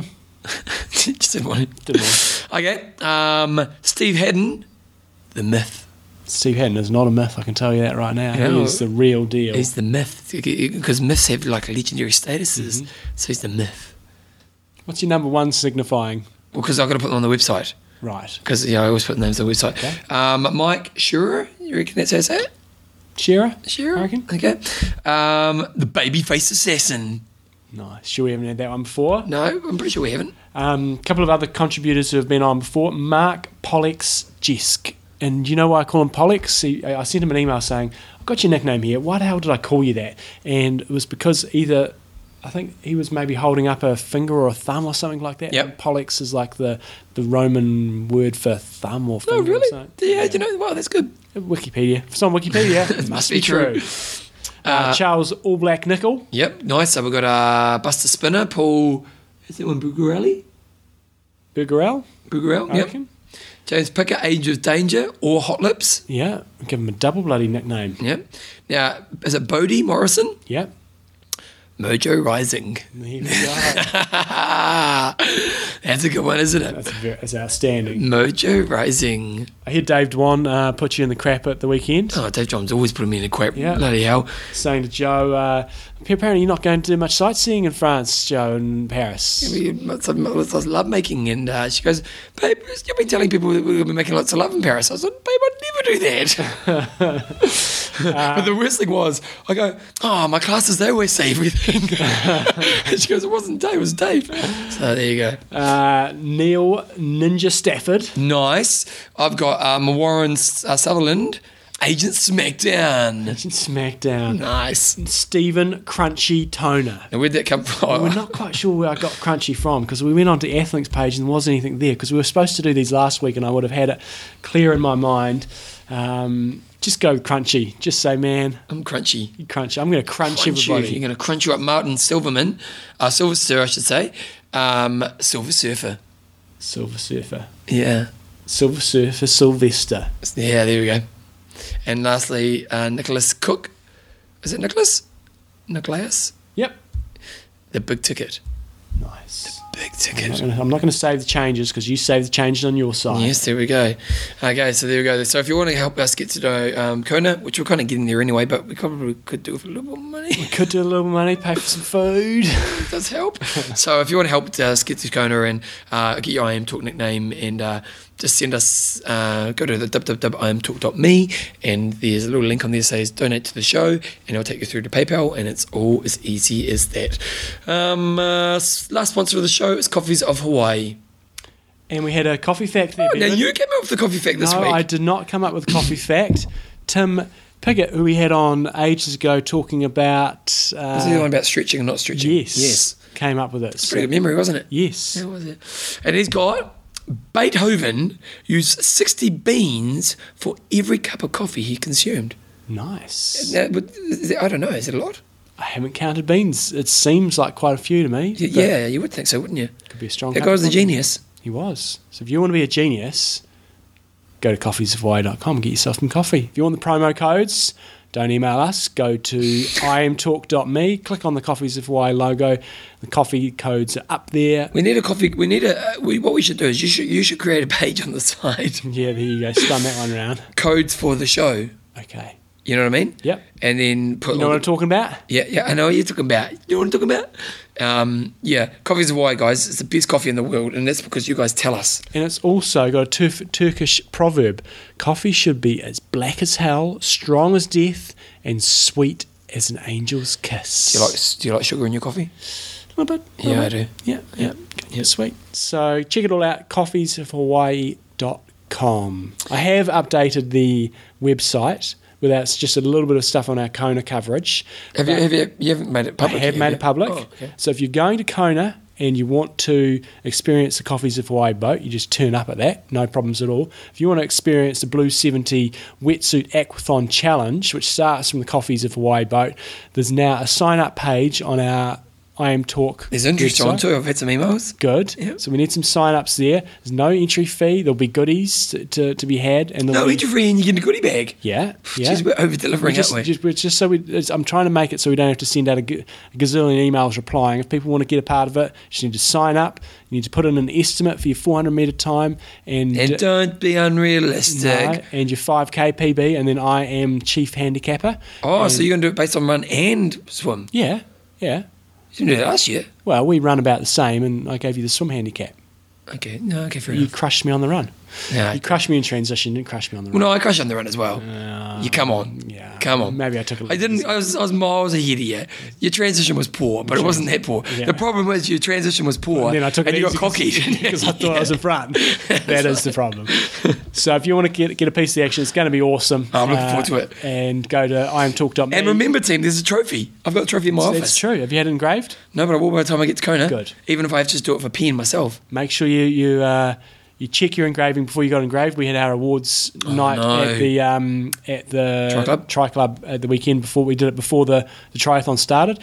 S1: Hood?
S2: Yeah,
S1: Just didn't want it.
S2: didn't work.
S1: Okay. Um, Steve Haddon, the myth.
S2: Steve Haddon is not a myth. I can tell you that right now.
S1: Yeah.
S2: He is the real deal.
S1: He's the myth because myths have like legendary statuses, so he's the myth.
S2: What's your number one signifying?
S1: Well, because I've got to put them on the website
S2: Right.
S1: because you know, I always put names on the website.
S2: Okay.
S1: Um, Mike Shearer, you reckon that's how you say it?
S2: Shearer?
S1: Shearer,
S2: I reckon.
S1: Okay. Um, the babyface assassin.
S2: Nice. Sure, we haven't had that one before.
S1: No, I'm pretty sure we haven't.
S2: A um, couple of other contributors who have been on before Mark Pollux Jisk. And you know why I call him Pollux? He, I I sent him an email saying, I've got your nickname here. Why the hell did I call you that? And it was because either. I think he was maybe holding up a finger or a thumb or something like that.
S1: Yep.
S2: And Pollux is like the, the Roman word for thumb or
S1: No,
S2: finger. or
S1: really?
S2: something.
S1: Yeah, you know, wow, that's good.
S2: Wikipedia. If it's on Wikipedia, it must be true. Uh, Charles All Black Nickel.
S1: Yep, nice. So we've got uh, Buster Spinner, Paul, is that one Bugarelli?
S2: Burgerell,
S1: Bugarel,
S2: I
S1: yep.
S2: reckon.
S1: James Picker, Age of Danger, or Hot Lips.
S2: Yeah, give him a double bloody nickname.
S1: Yep. Now, is it Bodie Morrison?
S2: Yeah.
S1: Mojo Rising.
S2: There you go.
S1: That's a good one, isn't it?
S2: that's, very, that's outstanding.
S1: Mojo Rising.
S2: I hear Dave Dwan uh, put you in the crap at the weekend,
S1: Oh, Dave John's always putting me in a crap.
S2: Yeah.
S1: Bloody hell.
S2: saying to Joe, uh, apparently you're not going to do much sightseeing in France, Joe, and Paris.
S1: We- It's it's- it's love making. And uh, she goes, Babe, you've been telling people that we're making lots of love in Paris. I was like, Babe, I'd never do that. but the worst thing was, I go, Oh, my classes, they always say everything. and she goes, It wasn't Dave, it was Dave. So there you go.
S2: Uh, Neil Ninja Stafford.
S1: Nice. I've got um, Warren S- uh, Sutherland, Agent SmackDown.
S2: SmackDown.
S1: Nice.
S2: Stephen Crunchy Toner.
S1: Now, where'd that come from?
S2: We're not quite sure where I got Crunchy from because we went onto Athlinks page and there wasn't anything there because we were supposed to do these last week and I would have had it clear in my mind. Um, just go Crunchy. Just say, man,
S1: I'm crunchy.
S2: you Crunchy. I'm going to crunch,
S1: Crunch you.
S2: everybody.
S1: You're going to crunch you up, Martin Silverman, uh, Silverster, I should say. Um, Silver Surfer.
S2: Silver Surfer.
S1: Yeah.
S2: Silver Surfer Sylvester.
S1: Yeah, there we go. And lastly, uh, Nicholas Cook. Is it Nicholas? Nicholas?
S2: Yep.
S1: The big ticket.
S2: Nice.
S1: Big
S2: I'm
S1: ticket.
S2: not gonna- I'm not going to save the changes because you saved the changes on your side.
S1: Yes, there we go. Okay, so there we go. So if you want to help us get to know um, Kona, which we're kind of getting there anyway, but we probably could do with a little more money.
S2: Could do a little money, pay for some food.
S1: it does help. so if you want to help us get to Kona and uh, get your I Am Talk nickname and uh, just send us, uh, go to the www.iamtalk.me and there's a little link on there that says donate to the show and it'll take you through to PayPal and it's all as easy as that. Um, uh, s- last sponsor of the show is Coffees of Hawaii.
S2: and we had a coffee fact there.
S1: Now
S2: Bevan.
S1: Oh, you came up with the coffee fact this
S2: no,
S1: week.
S2: I did not come up with coffee fact. Tim Pickett, who we had on ages ago talking about.
S1: Was he the
S2: Uh,
S1: one about stretching and not stretching?
S2: yes.
S1: Yes.
S2: Came up with it. So-
S1: Pretty good memory, wasn't it?
S2: yes.
S1: How was it? And he's got Beethoven used 60 beans for every cup of coffee he consumed.
S2: Nice.
S1: Now, but is it- I don't know, is it a lot?
S2: I haven't counted beans. It seems like quite a few to me.
S1: Y-
S2: but
S1: Yeah, you would think so, wouldn't you?
S2: Could be a strong
S1: That guy
S2: cup of
S1: was a
S2: coffee.
S1: genius.
S2: He was. So if you want to be a genius, go to coffeesofhawaii.com and get yourself some coffee. If you want the promo codes, don't email us. Go to iamtalk.me, click on the Coffees of Hawaii logo. The coffee codes are up there.
S1: We need a coffee. We need a. Uh, we, what we should do is you should you should create a page on the side
S2: Yeah, there you go. Spun that one around.
S1: codes for the show.
S2: Okay.
S1: You know what I mean?
S2: Yep.
S1: And then put
S2: You know
S1: all
S2: what
S1: the-
S2: I'm talking about?
S1: Yeah, yeah, I know what you're talking about. You know what I'm talking about? Um, yeah, coffee's Hawaii, guys. It's the best coffee in the world, and that's because you guys tell us.
S2: And it's also got a Tur- Turkish proverb coffee should be as black as hell, strong as death, and sweet as an angel's kiss.
S1: Do you like do you like sugar in your coffee?
S2: A little bit. a little
S1: Yeah, I
S2: bit.
S1: do.
S2: Yeah, yeah. Yeah, sweet. So check it all out, coffeesofhawaii.com. I have updated the website without it's just a little bit of stuff on our Kona coverage.
S1: Have you have you you haven't made it
S2: I
S1: public?
S2: have made
S1: you?
S2: it public.
S1: Oh, okay.
S2: So if you're going to Kona and you want to experience the Coffees of Hawaii boat, you just turn up at that, no problems at all. If you want to experience the Blue 70 Wetsuit Aquathon Challenge, which starts from the Coffees of Hawaii boat, there's now a sign up page on our I Am Talk.
S1: There's interest
S2: website
S1: on too. I've had some emails.
S2: good.
S1: Yep.
S2: So we need some sign-ups there. There's no entry fee. There'll be goodies to, to, to be had, and there'll
S1: No,
S2: be,
S1: eat your free and you get a goodie bag.
S2: Yeah, yeah.
S1: Jeez, we're over
S2: We
S1: delivering,
S2: just,
S1: aren't we?
S2: just- we're just so we, it's, I'm trying to make it so we don't have to send out a, g- a gazillion emails replying. If people want to get a part of it, you just need to sign up. You need to put in an estimate for your 400 meter time and, uh,
S1: and don't be unrealistic.
S2: no, and your 5k PB, and then I am chief handicapper.
S1: Oh,
S2: And-
S1: so you're going to do it based on run and swim?
S2: yeah, yeah.
S1: You didn't do that last year.
S2: Well, we run about the same, and I gave you the swim handicap.
S1: Okay, no, okay, fair
S2: You
S1: enough.
S2: crushed me on the run.
S1: Yeah,
S2: You crushed me in transition, didn't crush me on the
S1: well,
S2: run.
S1: no, I crushed on the run as well. you come on,
S2: Um, yeah.
S1: come on.
S2: Maybe I took a
S1: I didn't. I was, I was miles ahead of you. Your transition was poor, but it wasn't that poor.
S2: Yeah.
S1: The problem was your transition was poor,
S2: And then I took
S1: and
S2: it
S1: you got
S2: easy
S1: cocky
S2: because I thought I was in front. That is the problem. So if you want to get, get a piece of the action, it's going to be awesome. Uh,
S1: I'm looking forward to it.
S2: And go to imtalk.me.
S1: And remember, team, there's a trophy. I've got a trophy in my
S2: that's
S1: office.
S2: true. Have you had it engraved?
S1: No, but I will by the time I get to Kona.
S2: Good.
S1: Even if I have to just do it for P and myself.
S2: Make sure you you uh, you check your engraving before you got engraved. We had our awards night
S1: Oh, no.
S2: at the um, at the
S1: Tri Club?
S2: Tri Club at the weekend before we did it before the, the triathlon started,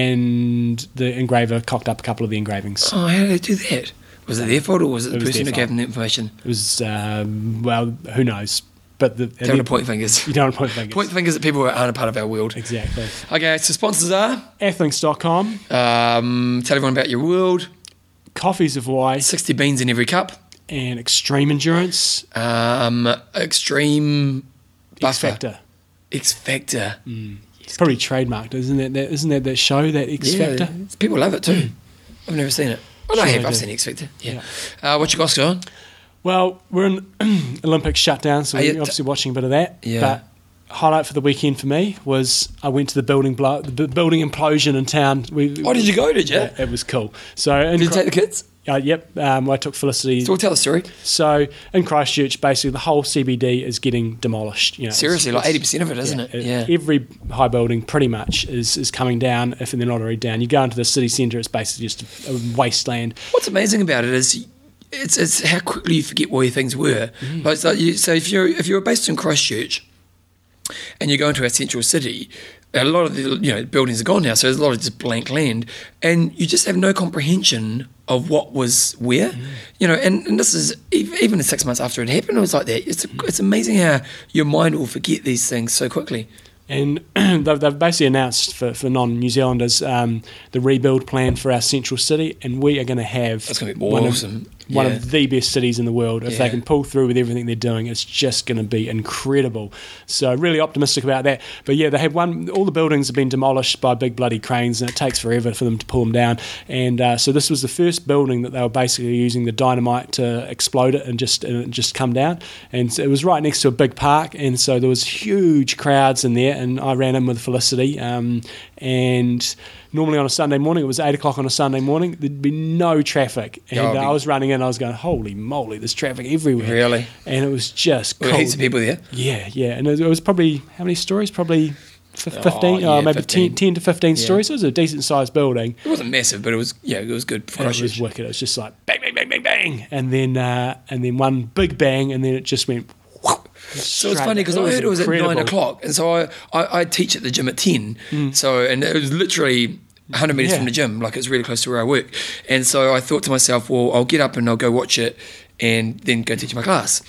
S2: and the engraver cocked up a couple of the engravings.
S1: Oh, how did they do that? Was it their fault or was it the
S2: was
S1: person
S2: their
S1: who
S2: fault.
S1: gave them the information?
S2: It was um, well, who knows? But the,
S1: Don't want to point fingers.
S2: you don't want to point fingers.
S1: Point fingers at people who aren't a part of our world.
S2: Exactly.
S1: Okay, so sponsors are
S2: Athlinks.com,
S1: um, tell everyone about your world,
S2: Coffees of Hawaii,
S1: 60 beans in every cup,
S2: and Extreme Endurance.
S1: um, extreme
S2: X
S1: buffer.
S2: Factor.
S1: X Factor.
S2: Mm. It's probably trademarked, isn't it? That, isn't that that show, that X
S1: Yeah,
S2: Factor?
S1: People love it too. I've never seen it. Well, I
S2: Mm. Sure
S1: have.
S2: they
S1: I've
S2: do.
S1: seen X Factor. Yeah. Uh, what you got on?
S2: Well, we're in Olympic shutdown, so
S1: Are you-
S2: we're obviously watching a bit of that.
S1: Yeah.
S2: But highlight for the weekend for me was I went to the building blow, the bu- building implosion in town. We,
S1: Oh, did you go? Did you?
S2: Yeah, it was cool. So, in
S1: Did you
S2: Cro-
S1: take the kids?
S2: uh, yep, um, I took Felicity.
S1: So we'll tell the story.
S2: So in Christchurch, basically the whole CBD is getting demolished. You know, it's-
S1: Seriously, like
S2: it's-
S1: 80% of it, isn't it? Yeah.
S2: Every high building pretty much is, is coming down if they're not already down. You go into the city centre, it's basically just a wasteland.
S1: What's amazing about it is it's, it's how quickly you forget where things were.
S2: Mm.
S1: Like, so, you, so if you're if you're based in Christchurch and you go into a central city, a lot of the you know buildings are gone now, so there's a lot of just blank land, and you just have no comprehension of what was where,
S2: Mm.
S1: you know. And, and this is ev- even six months after it happened, it was like that. It's it's amazing how your mind will forget these things so quickly.
S2: And they've, they've basically announced for, for non New Zealanders um, the rebuild plan for our central city, and we are going to have
S1: That's gonna be
S2: one of-
S1: awesome.
S2: One
S1: Yeah.
S2: of the best cities in the world. If
S1: Yeah.
S2: they can pull through with everything they're doing, it's just going to be incredible. So really optimistic about that. But yeah, they had one. All the buildings have been demolished by big bloody cranes, and it takes forever for them to pull them down. And uh, so this was the first building that they were basically using the dynamite to explode it and just and it just come down. And so it was right next to a big park, and so there was huge crowds in there. And I ran in with Felicity, um, and. Normally on a Sunday morning, it was eight o'clock on a Sunday morning. There'd be no traffic, and
S1: Oh, it'd
S2: uh,
S1: be
S2: I was running in. I was going, "Holy moly, there's traffic everywhere!"
S1: Really?
S2: and it was just
S1: There
S2: cold.
S1: were heaps of people there.
S2: Yeah, yeah, and it was, it was probably how many stories? Probably fif- fifteen,
S1: Oh, yeah,
S2: uh, maybe 10,
S1: 15.
S2: 10 to fifteen
S1: Yeah.
S2: stories. It was a decent sized building.
S1: It wasn't massive, but it was yeah, it was good. for
S2: And it
S1: Christchurch.
S2: was wicked. It was just like bang, bang, bang, bang, bang, and then uh, and then one big bang, and then it just went.
S1: So it's funny because I heard it was at nine o'clock, and so I, I, I teach at the gym at ten. So and it was literally. 100 metres from
S2: Mm. Yeah.
S1: the gym, like it's really close to where I work. And so I thought to myself, well, I'll get up and I'll go watch it and then go teach my class.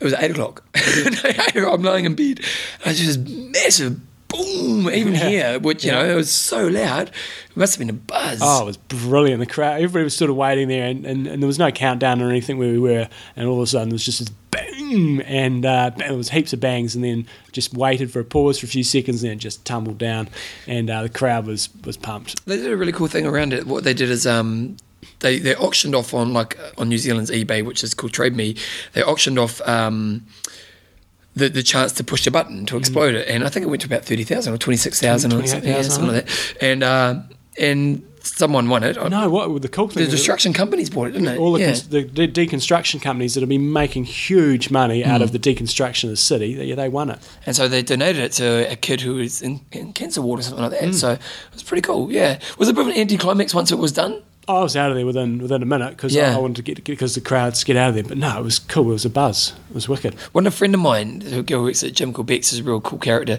S1: It was eight o'clock. And I hear- I'm lying in bed. And I just massive boom, even
S2: Yeah.
S1: here, which, you
S2: Yeah.
S1: know, it was so loud. It must have been a buzz.
S2: Oh, it was brilliant. The crowd, everybody was sort of waiting there, and, and, and there was no countdown or anything where we were. And all of a sudden, there was just this boom, and uh, it was heaps of bangs, and then just waited for a pause for a few seconds, and then it just tumbled down. And uh, the crowd was, was pumped.
S1: They did a really cool thing around it. What they did is um, they they auctioned off on like on New Zealand's eBay, which is called Trade Me. They auctioned off um, the, the chance to push the button to explode it. And I think it went to about 30,000 or 26,000 or something, yeah,
S2: 28,000,
S1: something like that. And, uh, and someone won it.
S2: No, what the cool thing
S1: Uh, The
S2: is
S1: destruction companies bought it, didn't they?
S2: all the,
S1: yeah.
S2: cons- the, the deconstruction companies that have been making huge money out
S1: Mm.
S2: of the deconstruction of the city, they, they won it.
S1: And so they donated it to a kid who was in, in cancer ward or something like that.
S2: Hmm.
S1: So it was pretty cool. Yeah. Was it a bit of an anticlimax once it was done?
S2: I was out of there within within a minute because
S1: Yeah.
S2: I, I wanted to get because the crowds get out of there. But no, it was cool. It was a buzz. It was wicked.
S1: One a friend of mine, a girl who works at Jim called Bex, is a real cool character.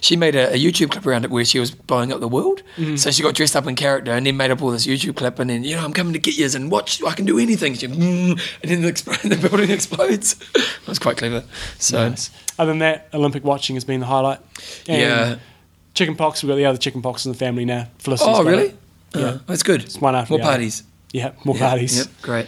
S1: She made a, a YouTube clip around it where she was blowing up the world.
S2: Mm-hmm.
S1: So she got dressed up in character and then made up all this YouTube clip and then, you know, I'm coming to get you and watch, I can do anything. She, mm, and then the, exp- the building explodes. That was quite clever. So, oh,
S2: Nice. Other than that, Olympic watching has been the highlight. And
S1: Yeah.
S2: Chicken pox. We've got the other chicken pox in the family now. Felicity's
S1: oh,
S2: got
S1: really?
S2: it.
S1: Yeah. that's good. It's
S2: one after
S1: More
S2: the other.
S1: parties.
S2: Yeah. More
S1: Yeah,
S2: parties.
S1: Yep, great.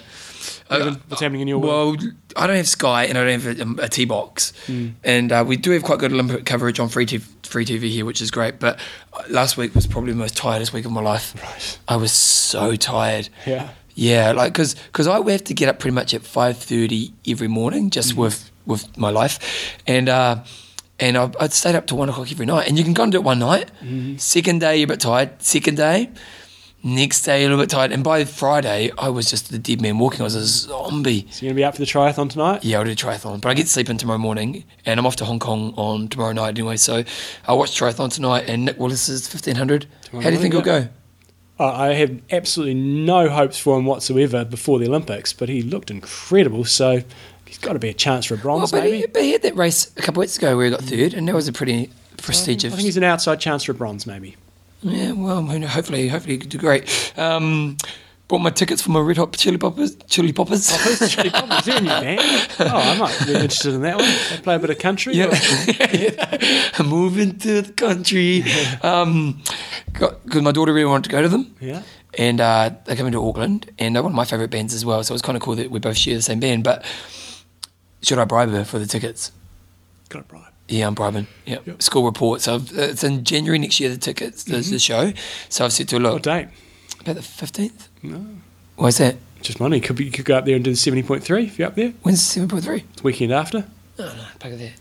S1: Uh,
S2: Evan, what's happening in your world?
S1: Well, I don't have Sky and I don't have a, um, a T box,
S2: Hmm.
S1: and uh, we do have quite good Olympic coverage on free TV, free TV here, which is great. But uh, last week was probably the most tiredest week of my life.
S2: Right.
S1: I was so tired.
S2: Yeah.
S1: Yeah, like because I we have to get up pretty much at five thirty every morning, just
S2: Hmm.
S1: with with my life, and. Uh, and I- I'd stayed up till one o'clock every night. And you can go and do it one night.
S2: Hmm.
S1: Second day, you're a bit tired. Second day, next day, a little bit tired. And by Friday, I was just the dead man walking. I was a zombie.
S2: So you're gonna be out for the triathlon tonight.
S1: Yeah, I'll do triathlon, but I get to sleep in tomorrow morning, and I'm off to Hong Kong on tomorrow night anyway. So I'll watch triathlon tonight, and Nick Willis's 1500. How do you
S2: morning,
S1: think it'll
S2: yeah.
S1: go?
S2: I I have absolutely no hopes for him whatsoever before the Olympics, but he looked incredible. So he's got to be a chance for a
S1: Oh,
S2: bronze,
S1: but,
S2: maybe.
S1: he, but he had that race a couple of weeks ago where he got third, and that was a pretty
S2: Mm. I
S1: prestigious.
S2: think he's an outside chance for a bronze, maybe.
S1: yeah, well, who kno- hopefully, hopefully he could do great. Um, bought my tickets for my Red Hot Chili Poppers. Chili Poppers.
S2: Is there a new band? Oh, I might be interested in that one. They play a bit of country.
S1: Yeah,
S2: or-
S1: I'm moving to the country. Um, because my daughter really wanted to go to them.
S2: Yeah.
S1: and uh, they're coming to Auckland, and they're one of my favourite bands as well. So it's kind of cool that we both share the same band. But should I bribe her for the tickets?
S2: Got it right.
S1: Yeah, I'm bribing. Yeah,
S2: Yep. Mm-hmm.
S1: school reports. So I've, uh, it's in January next year. The tickets, the, the show. So I've said to her,
S2: What
S1: look,
S2: date?
S1: about the fifteenth.
S2: No.
S1: Why's that?
S2: Just Monday. Could be, you could go up there and do the 70.3 if you're up there.
S1: When's seven point three?
S2: It's weekend after.
S1: No, no, back of there.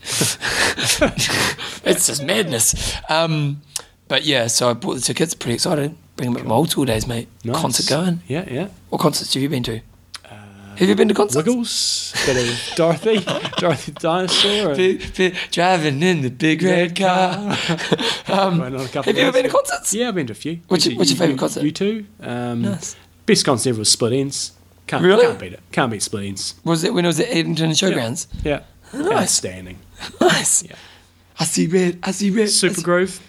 S1: it's just madness. Um, but yeah, so I bought the tickets. Pretty excited. Bring them up to my old school days, mate.
S2: Nice. Uh,
S1: Concert going.
S2: Yeah, yeah.
S1: What concerts have you been to? have you been to concerts?
S2: Wiggles. Bit of Dorothy. Dorothy the Dinosaur. and-
S1: big, big, driving in the big red car. um,
S2: Going on a couple
S1: have you
S2: of
S1: ever been to
S2: days.
S1: concerts?
S2: Yeah, I've been to a few.
S1: What's
S2: Been
S1: your-
S2: to
S1: what's your
S2: U-
S1: favourite
S2: U-
S1: concert?
S2: U2. Um,
S1: Nice.
S2: Best concert ever was Split Ends. Can't,
S1: Really?
S2: can't beat it. Can't beat Split Ends.
S1: Was it when I was at Edmonton Showgrounds?
S2: Yeah.
S1: Nice.
S2: Outstanding.
S1: Nice.
S2: Yeah.
S1: I see red. I see red. I
S2: Super
S1: see-
S2: Groove.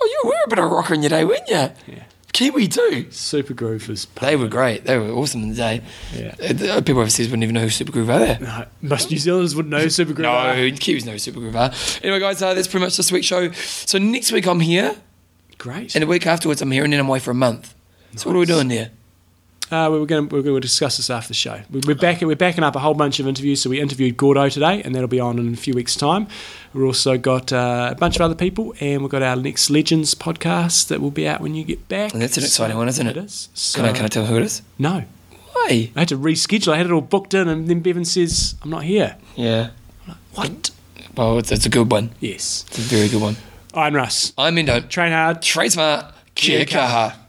S1: Oh, you were a bit of a rocker in your day, weren't you?
S2: Yeah.
S1: Kiwi too.
S2: Super Groove was.
S1: They were great. They were awesome in the day.
S2: Yeah.
S1: Uh, the- People overseas wouldn't even know who Super Groove are.
S2: No, most New Zealanders wouldn't know Super Groove.
S1: No, Kiwis know who Super Groove are. Anyway, guys, uh, that's pretty much this week's show. So next week I'm here,
S2: Great.
S1: and the week afterwards I'm here, and then I'm away for a month. So what are we doing there?
S2: Uh, we were going to we will discuss this after the show. We- We're back. We're backing up a whole bunch of interviews. So we interviewed Gordo today, and that'll be on in a few weeks' time. We've also got uh, a bunch of other people, and we've got our next Legends podcast that will be out when you get back.
S1: And that's an
S2: So-
S1: exciting one, isn't it?
S2: It is. So,
S1: Can I, can I tell who it is?
S2: no,
S1: Why?
S2: I had to reschedule. I had it all booked in, and then Bevan says, "I'm not here."
S1: Yeah.
S2: What?
S1: Well, it's, it's a good one.
S2: Yes.
S1: It's a very good one.
S2: Iron Russ.
S1: I'm in. uh,
S2: Train hard.
S1: Trade smart. Kia kaha.